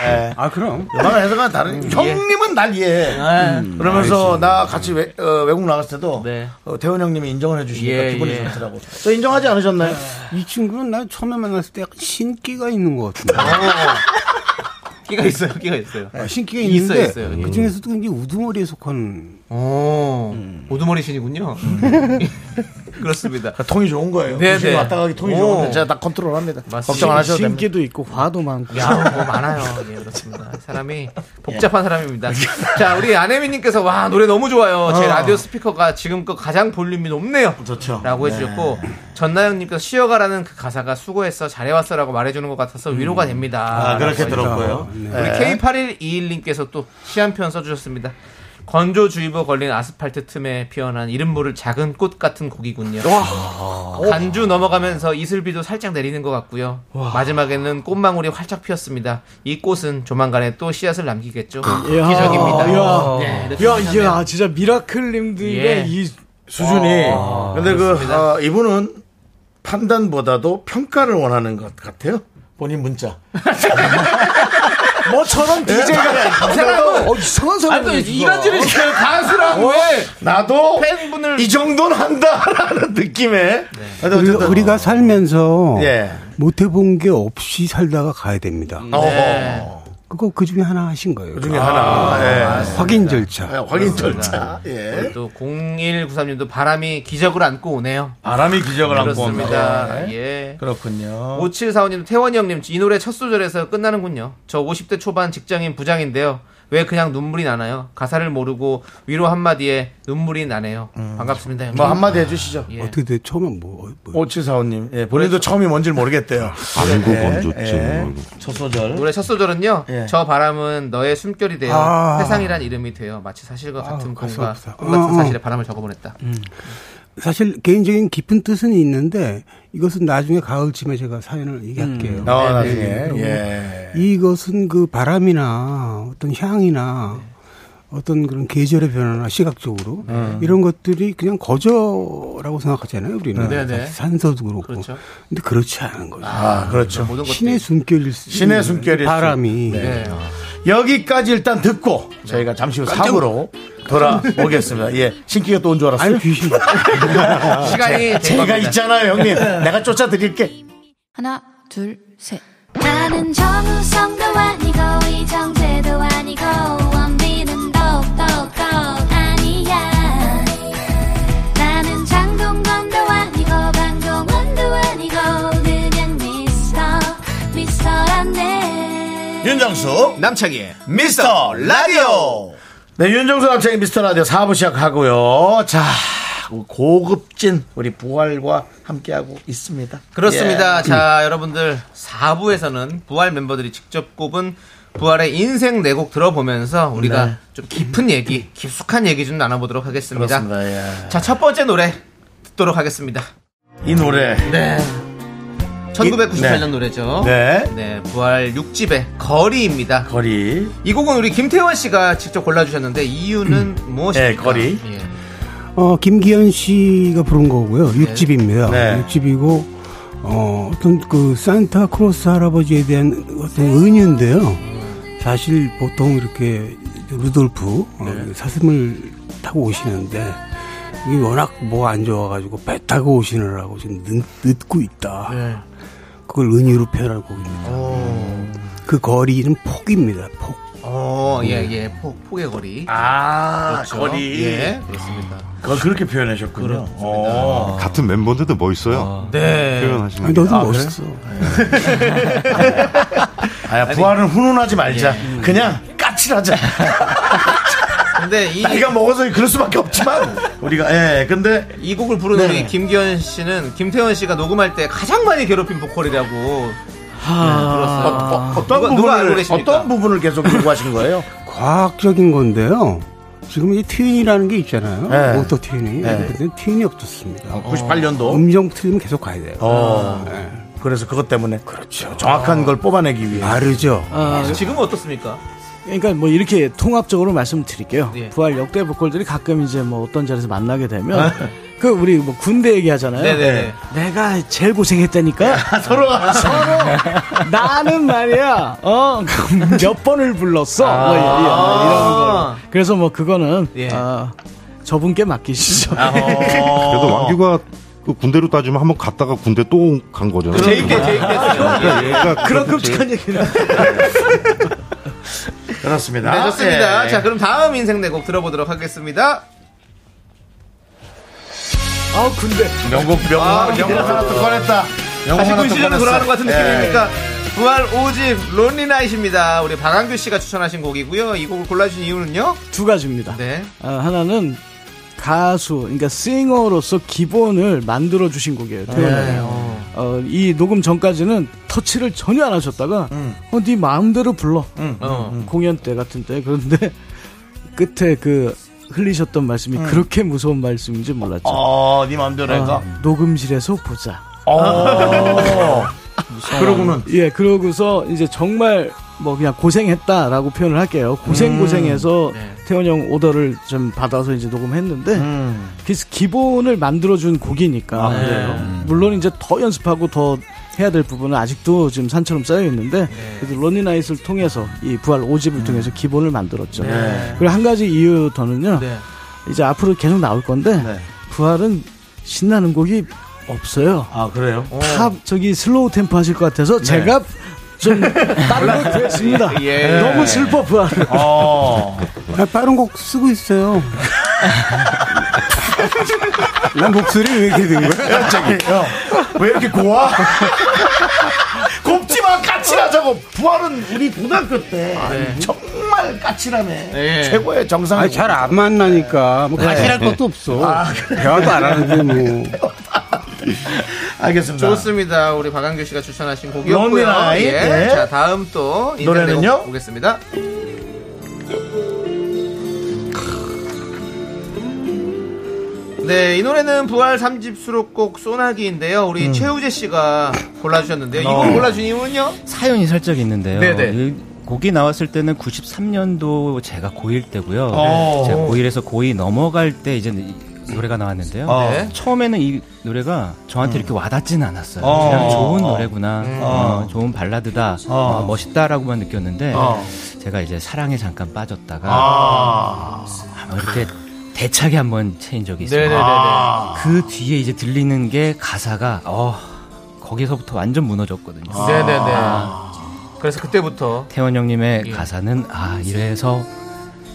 예. 아, 그럼. 음악을 해석하는 다른 형님은 날 이해해. 음, 그러면서 나 같이 외, 국 나갔을 때도 어, 태원 형님이 인정을 해주시니까 예, 기분이 예. 좋더라고. 저 인정하지 않으셨나요? 이 친구는 나 처음에 만났을 때 약간 신기가 있는 것 같은데. 끼가 있어요, 끼가 있어요. 아, 신기가 있어요, 있는데 있어요. 그 중에서도 굉장히 우두머리에 속한 음. 오, 오두머리 신이군요. 음. 그렇습니다. 통이 좋은 거예요. 네, 음식이 네. 왔다 가기 통이 오. 좋은데 제가 다 컨트롤합니다. 맞습니다. 걱정 안 하셔도 됩니다. 신기도 있고, 화도 많고. 야, 뭐 많아요. 예, 그렇습니다. 사람이 복잡한 예. 사람입니다. 자, 우리 아내미님께서 와 노래 너무 좋아요. 제 어. 라디오 스피커가 지금껏 그 가장 볼륨이 높네요. 좋죠. 네. 라고 해주셨고 전나영님께서 쉬어가라는 그 가사가 수고했어 잘해왔어라고 말해주는 것 같아서 위로가 됩니다. 아, 그렇게 라고 해주셨고. 들었고요. 우리 네. K8121님께서 또 시 한 편 써주셨습니다. 건조주의보 걸린 아스팔트 틈에 피어난 이름 모를 작은 꽃 같은 곡이군요. 간주 넘어가면서 이슬비도 살짝 내리는 것 같고요. 마지막에는 꽃망울이 활짝 피었습니다. 이 꽃은 조만간에 또 씨앗을 남기겠죠. 이야, 기적입니다. 이야, 네, 이렇게 이야, 하셨네요. 이야, 진짜 미라클님들의 예. 이 수준이. 근데 그 그렇습니다. 어, 이분은 판단보다도 평가를 원하는 것 같아요. 본인 문자. 뭐처럼 아, DJ가 이상하고 어, 이상한 사람이 어. 아니, 또 이런 짓을 시켜요. 가수라고 해. 나도 이 정도는 한다라는 느낌의 우리, 우리가 살면서 예. 못 해본 게 없이 살다가 가야 됩니다. 음. 네. 어허. 그거 그 중에 하나 하신 거예요. 아, 그 중에 하나. 예. 확인 절차. 네. 아, 확인절차. 예. 또 0193님도 바람이 기적을 안고 오네요. 바람이 기적을 안고 옵니다. 그렇습니다. 예. 예. 그렇군요. 5745님, 태원이 형님, 이 노래 첫 소절에서 끝나는군요. 저 50대 초반 직장인 부장인데요. 왜 그냥 눈물이 나나요? 가사를 모르고 위로 한마디에 눈물이 나네요. 반갑습니다. 형님. 뭐 한마디 해주시죠. 어떻게 돼? 처음에 뭐, 오치사원님, 예, 본인도 처음이 뭔지 모르겠대요. 아, 알고 예, 먼저 예. 첫 소절. 노래 첫 소절은요. 예. 저 바람은 너의 숨결이 되어 아. 회상이란 이름이 되어 마치 사실과 같은 가슴 꿈과 아프다. 음, 꿈 같은 어, 어. 사실에 바람을 적어보냈다. 사실 개인적인 깊은 뜻은 있는데 이것은 나중에 가을쯤에 제가 사연을 얘기할게요. 음. 어, 나중에. 그리고 예. 이것은 그 바람이나 어떤 향이나 어떤 그런 계절의 변화나 시각적으로 음. 이런 것들이 그냥 거저라고 생각하잖아요. 우리는 네네. 산소도 그렇고. 근데 그렇지 않은 거죠. 아, 그렇죠. 모든 것들이- 신의 숨결일 수. 신의 있는 숨결이 네. 바람이. 네. 여기까지 일단 듣고 저희가 잠시 후 4부로 돌아오겠습니다. 예. 신기가 또 온 줄 알았어요. 아니, 귀신. 시간이 아, 제가, 된 제가 겁니다. 있잖아요, 형님. 내가 쫓아드릴게. 하나, 둘, 셋. 나는 정우성도 아니고, 이정재도 아니고, 원빈은 더욱더 아니야. 나는 장동건도 아니고, 방종원도 아니고, 그냥 미스터, 미스터란데. 윤정수 남창희의 미스터 라디오. 네, 윤정수 남창희 미스터 라디오 4부 시작하고요. 자, 고급진 우리 부활과 함께하고 있습니다. 그렇습니다. 예. 자, 여러분들 4부에서는 부활 멤버들이 직접 꼽은 부활의 인생 네 곡 들어보면서 우리가 네. 좀 깊은 얘기, 깊숙한 얘기 좀 나눠보도록 하겠습니다. 그렇습니다. 예. 자, 첫 번째 노래 듣도록 하겠습니다. 이 노래. 네. 1998년 네. 노래죠. 네. 부활 6집의 거리입니다. 거리. 이 곡은 우리 김태원 씨가 직접 골라주셨는데 이유는 네, 무엇입니까? 거리. 예. 어, 김기현 씨가 부른 거고요. 육집입니다 네. 육집이고 어, 어떤 그 산타 크로스 할아버지에 대한 어떤 은유인데요. 사실 보통 이렇게 루돌프 어, 사슴을 타고 오시는데 이게 워낙 뭐가 안 좋아가지고 배 타고 오시느라고 지금 늦, 늦고 있다. 그걸 은유로 표현한 곡입니다. 그 거리는 폭입니다. 폭. 어, 예, 예. 포, 포의 거리. 아, 거리. 예, 그렇습니다. 그걸 그렇게 표현하셨군요. 어. 같은 멤버인데도 멋있어요. 네. 표현하시는. 아니, 게. 너도 아, 멋있어. 아야, 부활은 훈훈하지 말자. 예. 그냥 까칠하자. 근데 이 나이가 먹어서 그럴 수밖에 없지만 우리가 예, 근데 이 곡을 부른 네. 우리 김기현 씨는 김태현 씨가 녹음할 때 가장 많이 괴롭힌 보컬이라고 어, 어, 들었어요. 어떤 아. 누가- 누가 알고 부분을 계십니까? 어떤 부분을 계속 요구하신 거예요? 과학적인 건데요. 지금 이 튜닝이라는 게 있잖아요. 네. 오토 튜닝. 네. 근데 튜닝이 없었습니다. 어, 98년도. 음정 틀리면 계속 가야 돼요. 아, 예. 어. 그래서 그것 때문에 그렇죠. 정확한 걸 뽑아내기 위해 다르죠. 아, 지금은 어떻습니까? 그러니까 뭐 이렇게 통합적으로 말씀드릴게요. 예. 부활 역대 보컬들이 가끔 이제 뭐 어떤 자리에서 만나게 되면 그 우리 뭐 군대 얘기하잖아요. 아. 네네네. 예. 아, 내가 제일 고생했다니까. 아, 서로 나는 말이야 어 몇 번을 불렀어 뭐 이- 이- 이런 거. 그래서 뭐 그거는 아. 예. 아. 아, 저분께 맡기시죠. 그래도 왕규가 그 군대로 따지면 한번 갔다가 군대 또 간 거잖아요. 제이께 제이께 했어요. 예. 그러니까 그런 끔찍한 얘기는 그렇습니다. 네, 좋습니다. 예. 자, 그럼 다음 인생 내곡 들어보도록 하겠습니다. 아 군대 명곡 명곡 아, 하나, 명곡 하나 또 꺼냈다. 명곡 다시 하나 또 군시절로 돌아가는 것 같은 꺼냈어. 네. 느낌입니까? 부활 5집 론리나잇입니다. 우리 박한규 씨가 추천하신 곡이고요. 이 곡을 골라주신 이유는요? 두 가지입니다. 네. 아, 하나는 가수, 그러니까 싱어로서 기본을 만들어 주신 곡이에요. 태연이. 아, 어, 이 녹음 전까지는 터치를 전혀 안 하셨다가 어, 네 마음대로 불러 어. 공연 때 같은 때 그런데 끝에 그 흘리셨던 말씀이 그렇게 무서운 말씀인지 몰랐죠. 어, 네 마음대로 해가. 아, 녹음실에서 보자. 아. 어. 그러고는 예, 그러고서 이제 정말 뭐 그냥 고생했다라고 표현을 할게요. 음. 고생 고생해서 네. 태원 형 오더를 좀 받아서 이제 녹음했는데 아, 예. 음. 그래서 기본을 만들어준 곡이니까 물론 이제 더 연습하고 더 해야 될 부분은 아직도 지금 산처럼 쌓여 있는데 네. 그래도 런닝나잇을 통해서 이 부활 5집을 음. 통해서 기본을 만들었죠. 네. 그리고 한 가지 이유 더는요. 네. 이제 앞으로 계속 나올 건데 네. 부활은 신나는 곡이 없어요. 아 그래요? 다 저기 슬로우 템포 하실 것 같아서 네. 제가 좀 다른 곡 구했습니다. 네. 예. 어. 너무 슬퍼 부활. 아, 빠른 곡 쓰고 있어요. 난 목소리 왜 이렇게 된 거야? 갑자기. 왜 이렇게 고와? 곱지 마, 까칠하자고. 부활은 우리 고등학교 때 정말 까칠하며 최고의 정상. 아, 네. 아니, 잘안 만나니까 뭐 네. 가시할 것도 없어. 아, 그래요? 대화도 안 하는데 뭐. 알겠습니다. 좋습니다. 우리 박한규 씨가 추천하신 런리 곡이었고요. 나이, 예. 네. 자 다음 또 노래는요? 노래는요? 보겠습니다. 네, 이 노래는 부활 3집 수록곡 소나기인데요. 우리 음. 최우재 씨가 골라주셨는데요. 이걸 어. 골라준 이유는요? 사연이 살짝 있는데요. 네네. 이 곡이 나왔을 때는 93년도 제가 고1 때고요. 네. 어. 제가 고1에서 고2 넘어갈 때 이제 이 노래가 나왔는데요. 어. 네. 처음에는 이 노래가 음. 저한테 이렇게 와닿진 않았어요. 어. 그냥 좋은 어. 노래구나, 음. 어, 좋은 발라드다, 어, 멋있다라고만 느꼈는데 어. 제가 이제 사랑에 잠깐 빠졌다가 아. 아마 이렇게 대차게 한번 체인 적이 있어요. 네네네네. 아. 그 뒤에 이제 들리는 게 가사가 어, 거기서부터 완전 무너졌거든요. 어. 네네네. 아, 그래서 그때부터 태원 형님의 예. 가사는 아 이래서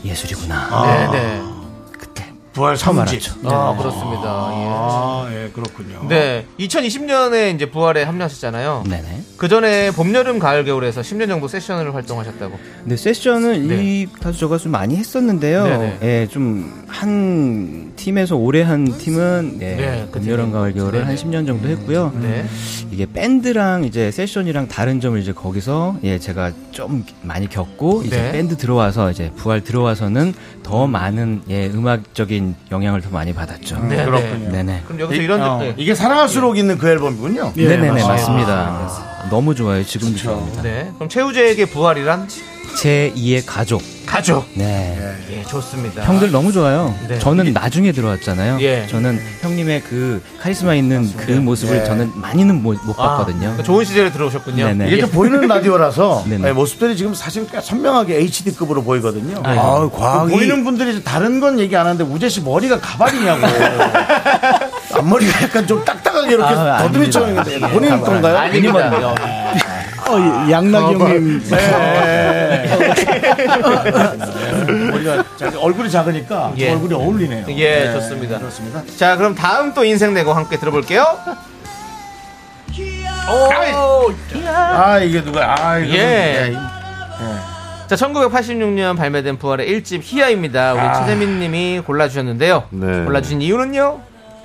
예술이구나. 아. 네네. 부활 처음 3집. 알았죠. 아, 네. 그렇습니다. 아, 예, 그렇군요. 네, 2020년에 이제 부활에 합류하셨잖아요. 네네. 그 전에 봄, 여름, 가을, 겨울에서 10년 정도 세션을 활동하셨다고. 근데 네, 세션은 이 가수 저가수 많이 했었는데요. 네. 네네. 예, 좀 한 팀에서 오래 한 팀은 예, 네, 그 금여름 가을 겨울을 네네. 네. 한 10년 정도 했고요. 이게 밴드랑 이제 세션이랑 다른 점을 이제 거기서 예, 제가 좀 많이 겪고 네. 이제 밴드 들어와서 이제 부활 들어와서는 더 많은 예, 음악적인 영향을 더 많이 받았죠. 네, 그렇군요. 네네. 그럼 여기서 이런 어, 네. 이게 사랑할수록 있는 그 앨범이군요. 네네네 맞습니다. 너무 좋아요 지금도 좋습니다. 네. 그럼 최우재에게 부활이란? 제 2의 가족. 가족. 네. 예, 좋습니다. 형들 너무 좋아요. 네. 저는 나중에 들어왔잖아요. 예. 저는 형님의 그 카리스마 있는 그 모습을 예. 저는 많이는 못, 못 아, 봤거든요. 좋은 시절에 들어오셨군요. 네네. 이게 좀 보이는 라디오라서 네네. 예, 모습들이 지금 사실 꽤 선명하게 HD급으로 보이거든요. 아, 아, 과학이- 보이는 분들이 이제 다른 건 얘기 안 하는데 우재 씨 머리가 가발이냐고. 앞머리가 약간 좀 딱딱하게 이렇게 아, 더듬이처럼 아닙니다. 있는데 본인 아닙니다. 건가요? 아닙니다. 어, 예, 양락이 형님. 네. 머리가 작- 얼굴이 작으니까 저 예. 얼굴이 어울리네요. 예, 네, 좋습니다. 그렇습니다. 자, 그럼 다음 또 인생 내고 함께 들어볼게요. 오, 아, 이게 누가, 아, 이거. 예. 자, 1986년 발매된 부활의 1집 희야입니다. 우리 아. 최재민 님이 골라주셨는데요. 네. 골라주신 이유는요?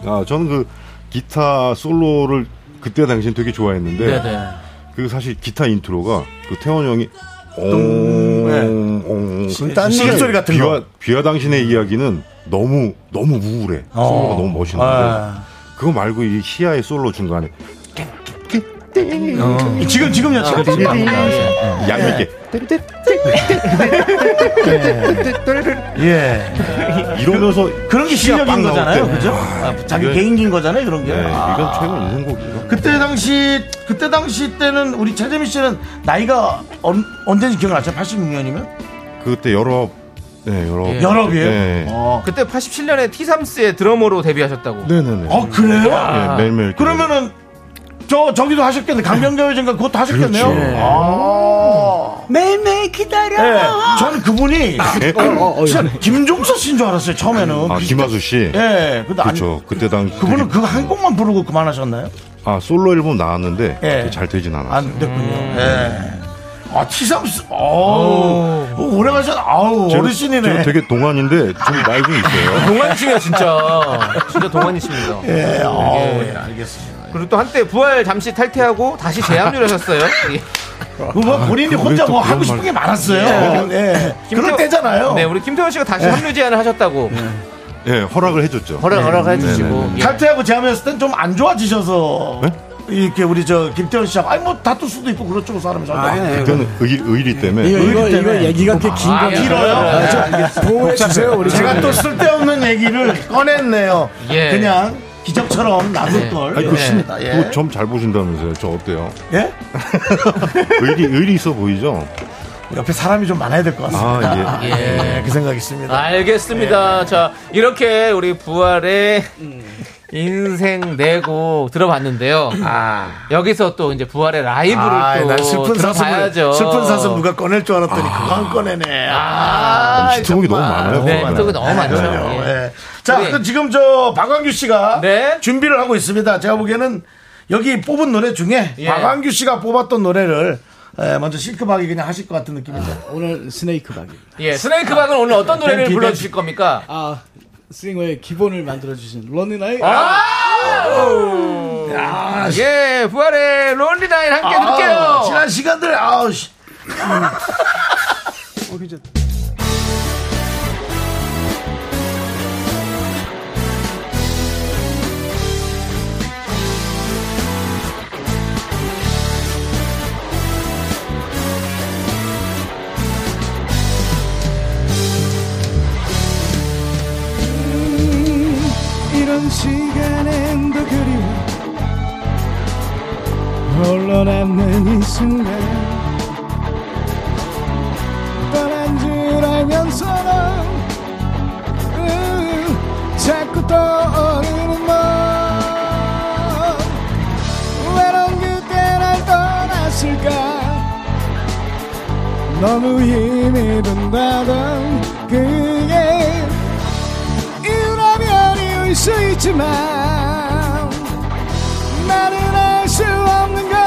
아, 저는 그 기타 솔로를 그때 당시엔 되게 좋아했는데 네네. 그 사실 기타 인트로가 그 태원 형이 네. 옹 딴 소리 같은 거. 비와, 비와 당신의 이야기는 너무 너무 우울해 어. 솔로가 너무 멋있는데 아. 그거 말고 이 시아의 솔로 중간에 어. 지금, 지금요, 아, 지금. 네. 네. 얄밉게 예. 이러면서 그런 게 시야 실력인 빵 나올 거잖아요. 때. 그죠? 자기 이건- 개인기인 거잖아요, 그런 게. 네, 아. 이건 최근 인생 곡이죠. 그때 당시 그때 당시 때는 우리 최재민 씨는 나이가 언, 언제인지 기억나죠? 86년이면? 그때 여러 네 여러 예. 연합이에요? 어, 네. 그때 87년에 티삼스의 드러머로 데뷔하셨다고. 네네네. 아 그래요? 예, 매일매일. 그러면은 저 저기도 하셨겠네. 강병자 회전가 그것도 하셨겠네요. 그렇죠. 예. 아. 매일매일 기다려. 저는 그분이 어, 어, 어, 진짜 김종서 씨인 줄 알았어요. 처음에는. 아 그- 김하수 씨. 예. 근데 안- 그렇죠. 그때 당시 그분은 그거 한 곡만 부르고 그만하셨나요? 아 솔로 앨범 나왔는데 예. 네, 그게 잘 되진 않았어요. 안 됐군요. 예. 아 티삼스. 음. 어우. 오래 가셨. 아우 제가- 어르신이네. 제가 되게 동안인데 좀 나이 좀 있어요. 동안이시네요, 진짜. 진짜 동안이십니다. 예, 어우, 예, 알겠습니다. 그리고 또 한때 부활 잠시 탈퇴하고 다시 재합류하셨어요. 예. 아, 뭐 본인이 혼자 뭐 하고 싶은 게 많았어요. 네. 예. 그럴 때잖아요. 네. 네, 우리 김태원 씨가 다시 합류 제안을 하셨다고. 예, 허락을 해줬죠. 허락, 허락 해주시고. 예. 탈퇴하고 재하면서 때는 좀 안 좋아지셔서 이렇게 우리 저 김태현 씨하고 아니 뭐 다툴 수도 있고 그렇죠 그 사람이 아, 저한테. 그때는 의, 의리 때문에. 이거, 이거, 의리 이거 때문에. 얘기가 꽤 긴 아, 예. 거 길어요? 네. 보호해주세요, 우리 제가 또 쓸데없는 얘기를 꺼냈네요. 예. 그냥 기적처럼 나는 걸 아니, 그 심- 그렇습니다. 예. 그거 점 잘 보신다면서요. 저 어때요? 예? 의리, 의리 있어 보이죠? 옆에 사람이 좀 많아야 될 것 같습니다. 아, 예. 예. 그 생각이 있습니다. 네. 알겠습니다. 자, 이렇게 우리 부활의 음. 인생 내고 들어봤는데요. 여기서 또 이제 부활의 라이브를 아. 아이, 또 난 슬픈 사슴을 들어봐야죠. 슬픈 사슴 누가 꺼낼 줄 알았더니 그거 안 꺼내네. 아, 아, 시트곡이 너무 많아요. 네, 시트곡이 너무 많죠. 그래요. 예. 네. 자, 그 지금 저 박광규 씨가 준비를 하고 있습니다. 제가 보기에는 여기 뽑은 노래 중에 박광규 씨가 뽑았던 노래를 에, 먼저 실크박이 그냥 하실 것 같은 느낌이죠. 오늘 스네이크박이. 예, 스네이크 박은 오늘 어떤 노래를 뱀피, 불러주실 겁니까? 아, 스윙어의 기본을 만들어주신 런앤아이. 아, 예, 부활의 론리나인 함께 아, 들을게요. 지난 시간들 아우 씨. 음, 이런 시간엔 더 그리워 홀로 남는 이 순간 떠난 줄 알면서도 음, 자꾸 떠오르는 뭐. 너 외로운 그때 날 떠났을까 너무 힘이 든다던 그게 이유라면 이유일 수 있지만 나는 알 수 없는 걸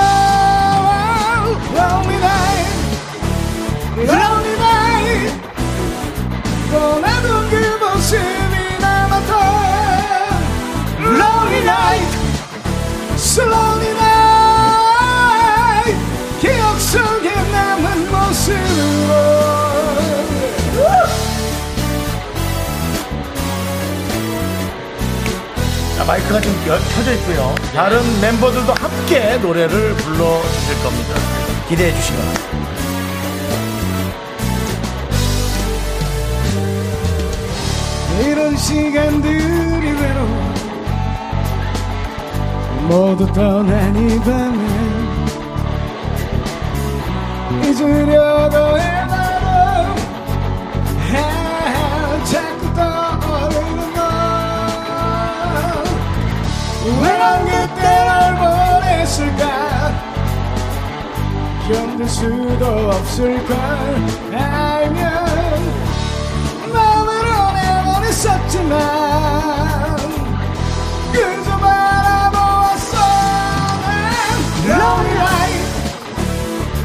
Lonely night Lonely night 떠나던 그 모습이 남았던 Lonely night So Lonely night 기억 속에 남은 모습으로 자, 마이크가 좀 여- 켜져 있고요. 다른 멤버들도 함께 노래를 불러주실 겁니다. 기대해 주시기 바랍니다. 이런 시간들이 외로워 모두 떠난 이 밤에 잊으려고 해봐도 아, 자꾸 떠오르는 너 왜난 그때 널 보냈을까 견딜 수도 없을걸 알면 마음으로 내버렸었지만 그저 바라보았어 난 Lonely night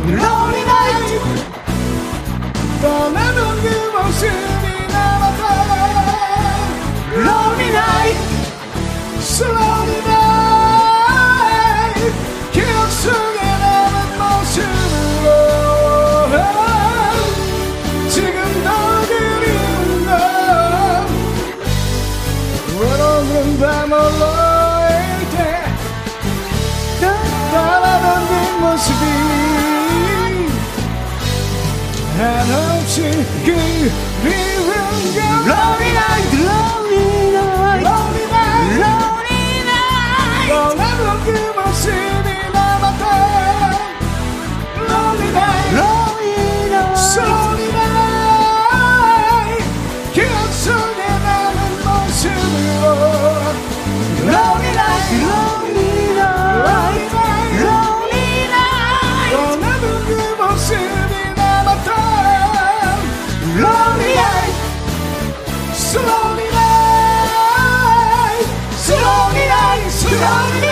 Lonely night 떠나던 그 모습이 남았던 Lonely night So lonely night 기억 속에 남은 모습으로 지금도 그리운 너 외로운 밤 홀로일 때 따라던 그 모습이 한없이 그리운 걸 Lonely night, lonely night Lonely night, lonely night 떠나던 그 모습이 남았던 Lonely night, lonely night So lonely night 기억 속에 남은 모습으로 Lonely night, lonely night, lonely night. 떠나던 그 모습이 남았던 lonely night, so lonely night, so lonely night, so lonely night, so lonely night.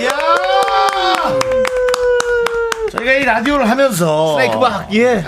이야! 저희가 이 라디오를 하면서 스네이크박. 예.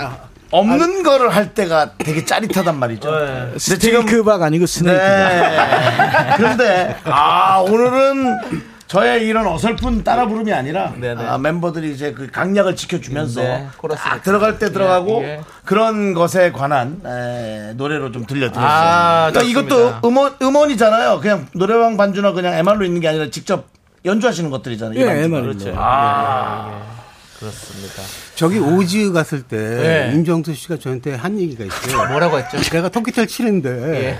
없는 거를 할 때가 되게 짜릿하단 말이죠. 근데 네, 지금 스테이크박 아니고 스네이크박. 네. 그런데 아 오늘은 저의 이런 어설픈 따라 부름이 아니라 아, 멤버들이 이제 그 강약을 지켜주면서 네, 딱 들어갈 때 들어가고 예, 예. 그런 것에 관한 에, 노래로 좀 들려드렸어요. 아, 그러니까 좋습니다. 이것도 음원 음원이잖아요. 그냥 노래방 반주나 그냥 MR로 있는 게 아니라 직접 연주하시는 것들이잖아요. 이 예, 그렇죠. 반주는. MR 입니다. 아. 그렇습니다. 저기 오지우 갔을 때 네. 임정수 씨가 저한테 한 얘기가 아. 있어요. 뭐라고 했죠? 내가 통기타를 치는데 예.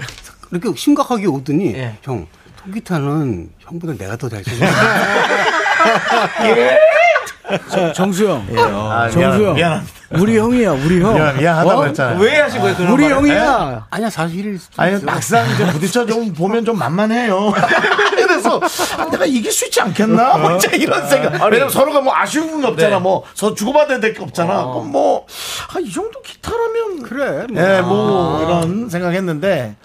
이렇게 심각하게 오더니 형 통기타는 형보다 내가 더 잘 치는 정수형. 예. 어, 아, 정수형. 미안합- 미안합니다. 우리 형이야, 우리 형. 미안- 미안하다고 했잖아요. 어? 왜 하신 거예요, 그런 우리 말을? 네? 형이야. 아니야, 사실. 아니 막상 이제 부딪혀 좀 보면 좀 만만해요. 그래서 아, 내가 이길 수 있지 않겠나? 뭐 이제 이런 생각. 아니. 왜냐면 서로가 뭐 아쉬운 건 없잖아. 네. 뭐 서 주고받아야 될 게 없잖아. 그럼 뭐 아, 이 정도 기타라면 그래. 예, 뭐 이런 생각했는데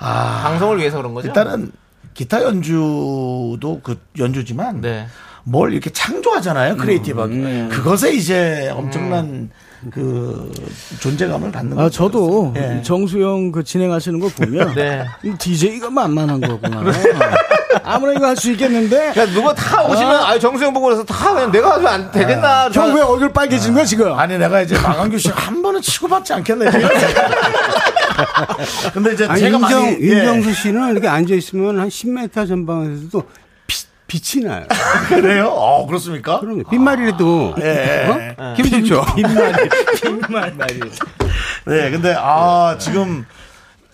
아, 방송을 위해서 그런 거죠? 일단은 기타 연주도 그 연주지만 네. 뭘 이렇게 창조하잖아요, 크리에이티브하게. 음, 그것에 이제 엄청난 그 존재감을 갖는 아, 거죠. 저도 예. 정수영 그 진행하시는 거 보면 네. DJ가 만만한 거구나. 아무나 이거 할 수 있겠는데. 그러니까 야, 누가 다 오시면 아, 정수영 보고 그래서 다 그냥 내가 하면 안 되겠나. 형 왜 얼굴 빨개진 거야 지금? 아, 아니 내가 이제 망한규 씨 한 번은 치고받지 않겠네. 근데 이제 예. 아니, 제가 임정, 많이 예. 임정수 씨는 이렇게 앉아있으면 한 10m 전방에서도 빛- 빛이 나요. 그래요? 어, 그렇습니까? 그럼요. 빈말이라도. 아, 예, 어? 예. 기분 좋죠? 빈말이. 네, 근데 아 지금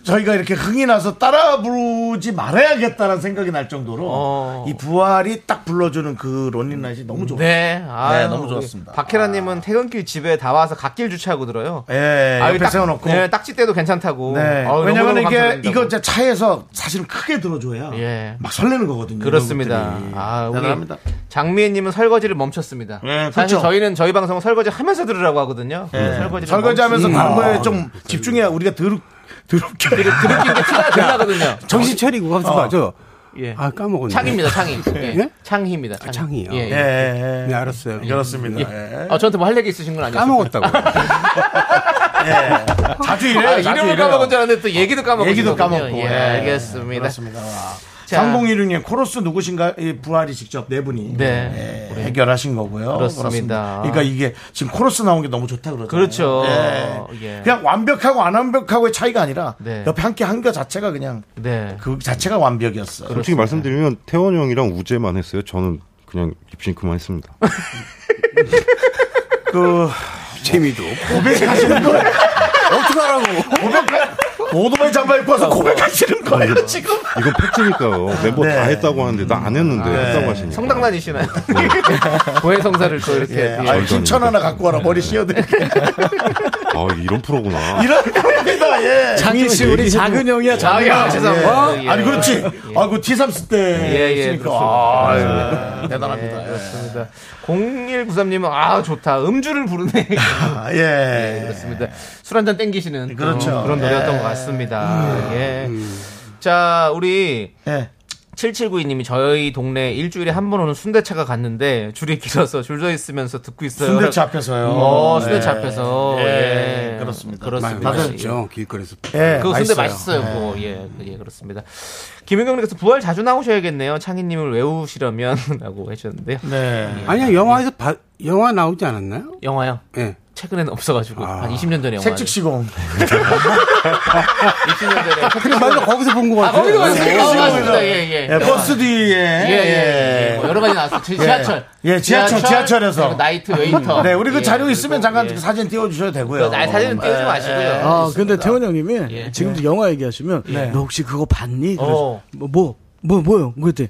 저희가 이렇게 흥이 나서 따라 부르지 말아야겠다는 생각이 날 정도로 어. 이 부활이 딱 불러주는 그 론리나잇이 너무 좋았어요. 네, 아유, 네, 너무 우리 좋았습니다. 아. 박혜라님은 퇴근길 집에 다 와서 갓길 주차하고 들어요. 예, 아유, 옆에 딱- 세워놓고. 예, 딱지 때도 괜찮다고. 네. 아유, 왜냐면 너무너무 이게 감사드린다고. 이거 이제 차에서 사실은 크게 들어줘야 막 설레는 거거든요. 이런 그렇습니다. 것들이. 아, 우리 음, 대단합니다. 장미애님은 설거지를 멈췄습니다. 사실 그렇죠. 저희는 저희 방송 은 설거지 하면서 들으라고 하거든요. 네, 예. 설거지를 설거지하면서 멈추- 광고에 좀 집중해야 우리가 아, 네. 들 드럽게 드럽게 티가 덜 나거든요. 정신 차리고 가면서 어. 맞아. 예. 아, 까먹었네. 창입니다, 창이. 예. 예? 창희입니다. 창희. 창이요. 예, 예. 예. 네, 알았어요. 그렇습니다. 예. 아, 저한테 뭐 할 얘기 있으신 건 아니었어요? 까먹었다고. 자주 이래. 예. 이래요, 아, 자주 이름을 이래요. 까먹은 줄 알았는데 또 얘기도 까먹고. 얘기도 있었군요. 까먹고. 예, 예. 알겠습니다. 그렇습니다. 와. 자. 3016님 코러스 누구신가 이 부활이 직접 네 분이 네. 예, 해결하신 거고요. 그렇습니다. 그러니까 이게 지금 코러스 나온 게 너무 좋다 그러죠. 그렇죠. 예. 그냥 완벽하고 안 완벽하고의 차이가 아니라 네. 옆에 함께 한거 자체가 그냥 네. 그 자체가 완벽이었어요. 솔직히 말씀드리면 태원 형이랑 우재만 했어요. 저는 그냥 립싱크만 했습니다. 그 재미도 고백하시는 거예요. 어떡하라고. 고백 오토바이 잠바 입고 아, 와서 고백하시는 거예요 그렇죠. 지금. 이건 팩트니까요. 멤버 다 네. 했다고 하는데 나 안 했는데 했다고 하시니까. 성당 다니시나요? 네. 고해 성사를 또 이렇게. 예. 아, 흰천 하나 갖고 와라 네. 머리 씌워드릴게. 아 이런 프로구나. 이런 겁니다. 예. 장희 씨 우리 작은 형이야 작은 형. 아, 어? 아니 그렇지. 아, 그 T3 쓸 때. 예, 예, 쓰니까. 그렇습니다. 아, 그렇습니다. 예. 대단합니다. 예, 그렇습니다. 0193님은 아 좋다 음주를 부르네. 예. 그렇습니다. 술 한잔 땡기시는 그렇죠. 그런 노래였던 예. 것 같습니다. 예. 자 우리 예. 7792님이 저희 동네 일주일에 한 번 오는 순대차가 갔는데 줄이 길어서 줄 서 있으면서 듣고 있어요. 순대차 앞에서요. 어, 순대차 예. 앞에서. 예. 예, 그렇습니다. 그렇습니다. 많이 마셨죠, 길거리에서. 예, 그 순대 맛있어요. 맛있어요. 그거. 예. 예, 그렇습니다. 김윤경님께서 부활 자주 나오셔야겠네요. 창희님을 외우시려면라고 하셨는데요. 예. 네. 아니야, 영화에서 봐- 영화 나오지 않았나요? 영화요. 예. 최근에는 없어가지고 한 20년 전에 영화. 색즉 시공. 20년 전에. 그래, 맞아, 거기서 본 거 아, 같아요. 예. 거기도 맞습니다. 어, 맞습니다. 예, 예. 예, 버스 뒤에. 예, 예, 예. 뭐 여러 가지 나왔어요. 지- 지하철. 예, 예, 지하철, 지하철, 에서 그리고 나이트 웨이터. 네, 우리 그 예, 자료 있으면 잠깐 그 예. 사진 띄워주셔도 되고요. 그, 아니, 사진은 띄우지 마시고요. 아 근데 태원 형님이 지금도 영화 얘기하시면 네. 너 혹시 그거 봤니? 어. 예. 뭐뭐 뭐, 뭐요? 그때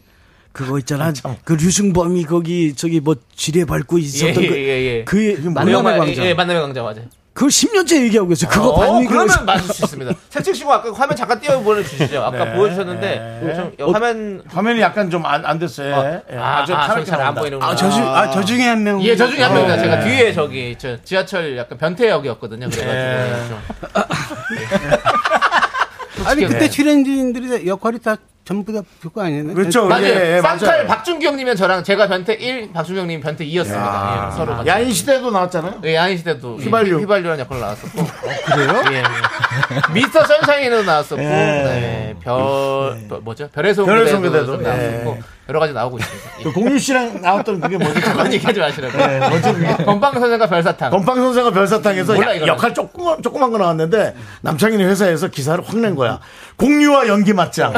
그거 있잖아. 그 류승범이 거기 저기 뭐 지뢰 밟고 있었던 예, 예, 예. 그 그 만남의 영화, 광장. 예, 예, 만남의 광장 맞아요. 그걸 10년째 얘기하고 계세요. 그거 어, 봤니? 그러면 맞을 수 있습니다. 색칠 시공 아까 화면 잠깐 띄워 보내주시죠. 아까 네. 보여주셨는데 좀 어, 화면 화면이 약간 좀 안 됐어요. 예. 아, 아주 아, 파랗게 저기 잘안 나온다. 보이는구나. 아, 저 중- 아, 저 중에 한 명. 예, 저 중에 한 어. 명입니다. 제가 뒤에 저기 저 지하철 약간 변태역이었거든요. 그래가지고 예. 좀. 네. 아니, 그때 네. 출연진들의 역할이 다 전부 다 그거 아니었나요? 그렇죠. 네. 맞아요. 네. 예, 쌍칼 박준기 형님은 저랑 제가 변태 1, 박준기 형님 변태 2였습니다. 예, 서로 같이. 야인 시대도 나왔잖아요. 예, 야인 시대도 휘발유. 어, 휘발유라는 역할로 나왔었고 그래요? 예, 예. 미스터 선샤인에도 나왔었고 예. 네, 별 별- 뭐죠? 별에서 별의 무대도 무대도, 좀 예. 나왔었고 여러 가지 나오고 있습니다. 예. 그 공유 씨랑 나왔던 그게 뭐죠? 그건 얘기하지 마시라고. 예, 뭐죠, 그게? 건빵 선생과 별사탕. 아. 건빵 선생과 별사탕에서 몰라, 야- 이거는. 역할 조그만 조그만 거 나왔는데 남창인 회사에서 기사를 확 낸 거야. 공유와 연기 맞짱.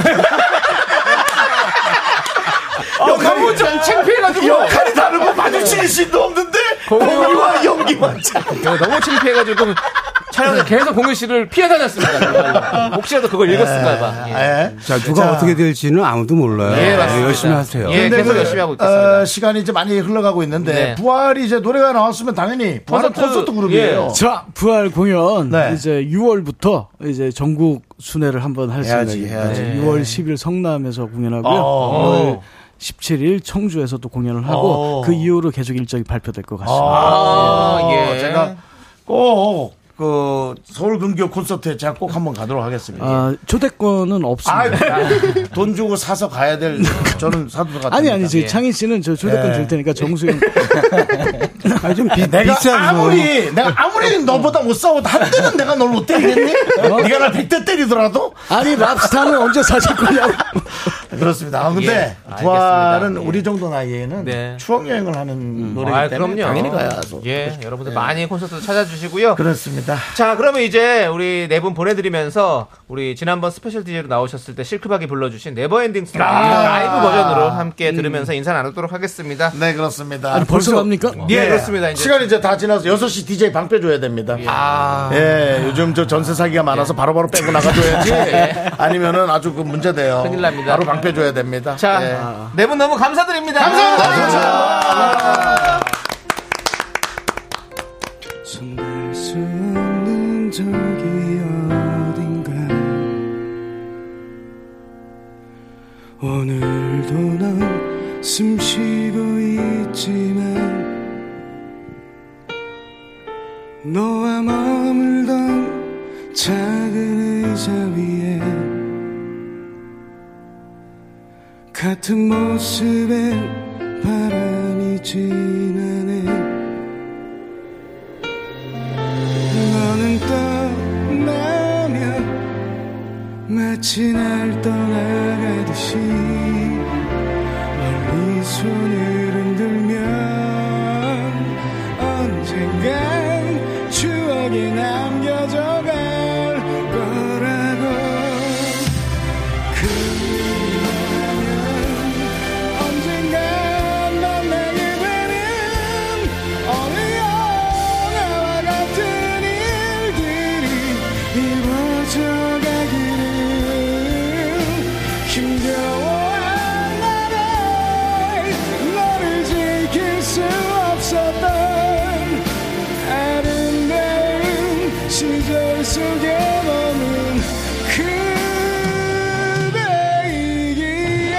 어, 너무 좀 창피해가지고. 역할이 다르고 마주칠 수도 없는데 공유와 연기만 너무 창피해가지고 촬영에 계속 공유 씨를 피해 다녔습니다. 정말로. 혹시라도 그걸 아, 읽었을까봐. 예. 자, 누가 자. 어떻게 될지는 아무도 몰라요. 예, 맞습니다. 열심히 하세요. 예, 근데 계속 그, 열심히 하고 어, 시간이 이제 많이 흘러가고 있는데 네. 부활이 이제 노래가 나왔으면 당연히 부활은 콘서트, 그룹이에요. 예. 자, 부활 공연 네. 이제 6월부터 이제 전국 순회를 한번 할 해야지, 생각입니다. 해야지. 이제 6월 10일 성남에서 공연하고요. 어. 5월 17일 청주에서 또 공연을 하고 어. 그 이후로 계속 일정이 발표될 것 같습니다. 어, 아, 예. 네. 제가 꼭 그 서울 근교 콘서트에 제가 꼭 한번 가도록 하겠습니다. 아, 초대권은 예. 아, 없습니다. 돈 주고 사서 가야 될 저는 사도 같아요. 아니 아니 저희 창희 씨는 저 초대권 줄 테니까 정수영 좀 비- 내가 비싼 거. 아무리 내가 아무리 너보다 못 싸워도 한 대는 내가 널 못 때리겠니? 어? 네가 날 100대 때리더라도? 아니 랍스타는 언제 사실 거냐고. 그렇습니다. 아, 예, 근데 부활은 알겠습니다. 예. 우리 정도 나이에는 네. 추억 여행을 하는 노래이기 아, 때문에 그럼요. 당연히 가야 예, 여러분들 많이 콘서트 찾아주시고요. 그렇습니다. 자, 그러면 이제 우리 네 분 보내드리면서 우리 지난번 스페셜 DJ로 나오셨을 때 실크박이 불러주신 네버엔딩 스토리 아. 라이브 버전으로 함께 음. 들으면서 인사 나누도록 하겠습니다. 네, 그렇습니다. 예, 그렇습니다. 네. 이제 시간이 이제 다 지나서 6시 DJ 방패 줘야 됩니다. 아. 예, 요즘 저 전세 사기가 많아서 바로바로 빼고 나가줘야지. 예. 아니면은 아주 그 문제돼요. 큰일 납니다. 바로 방패 줘야 됩니다. 자, 예. 네 분 너무 감사드립니다. 아. 손댈 수 없는 저기 어딘가 오늘도 난 숨쉬고 있지만 너와 머물던 작은 의자 위에 같은 모습에 바람이 지나네 너는 떠나면 마치 날 떠나가듯이 멀리 손을 흔들면 언젠간 추억이 남겨져 갈 거라고 그러면 언젠간 만나게 되는 어느 영화와 같은 일들이 이루어져가기를 힘겨워한 나를 너를 지킬 수 없었던 아름다운 시절 속에 머문 그대이기에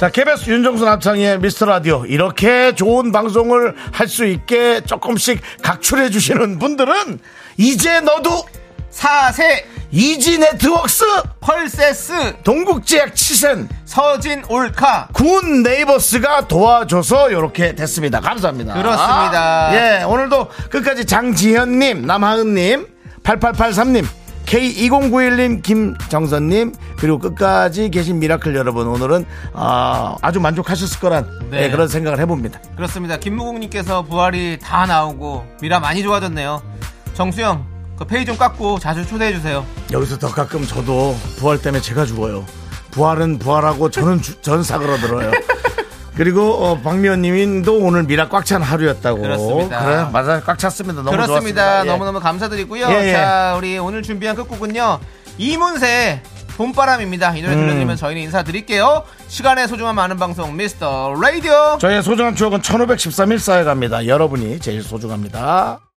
자, KBS 윤정수 남창의 미스터 라디오. 이렇게 좋은 방송을 할 수 있게 조금씩 각출해 주시는 분들은 이제 너도 사세 이지 네트웍스 펄세스 동국제약 치센 서진 올카 군 네이버스가 도와줘서 이렇게 됐습니다. 감사합니다. 그렇습니다. 예, 오늘도 끝까지 장지현님, 남하은님, 8883님, K2091님, 김정선님, 그리고 끝까지 계신 미라클 여러분, 오늘은 아, 아주 만족하셨을 거란 네. 예, 그런 생각을 해봅니다. 그렇습니다. 김무국님께서 부활이 다 나오고 미라 많이 좋아졌네요. 정수영 그 페이 좀 깎고 자주 초대해 주세요. 여기서 더 가끔 저도 부활 때문에 제가 죽어요. 부활은 부활하고 저는 주- 전 사그러들어요. 그리고 어, 박미연님도 오늘 미라 꽉 찬 하루였다고. 그렇습니다. 그래요, 맞아요, 꽉 찼습니다. 너무 그렇습니다. 좋았습니다. 예. 너무너무 감사드리고요. 예, 예. 자, 우리 오늘 준비한 끝곡은요. 이문세 봄바람입니다. 이 노래 음. 들려드리면 저희는 인사드릴게요. 시간의 소중한 많은 방송 미스터 라디오. 저희의 소중한 추억은 1513일 쌓여갑니다. 여러분이 제일 소중합니다.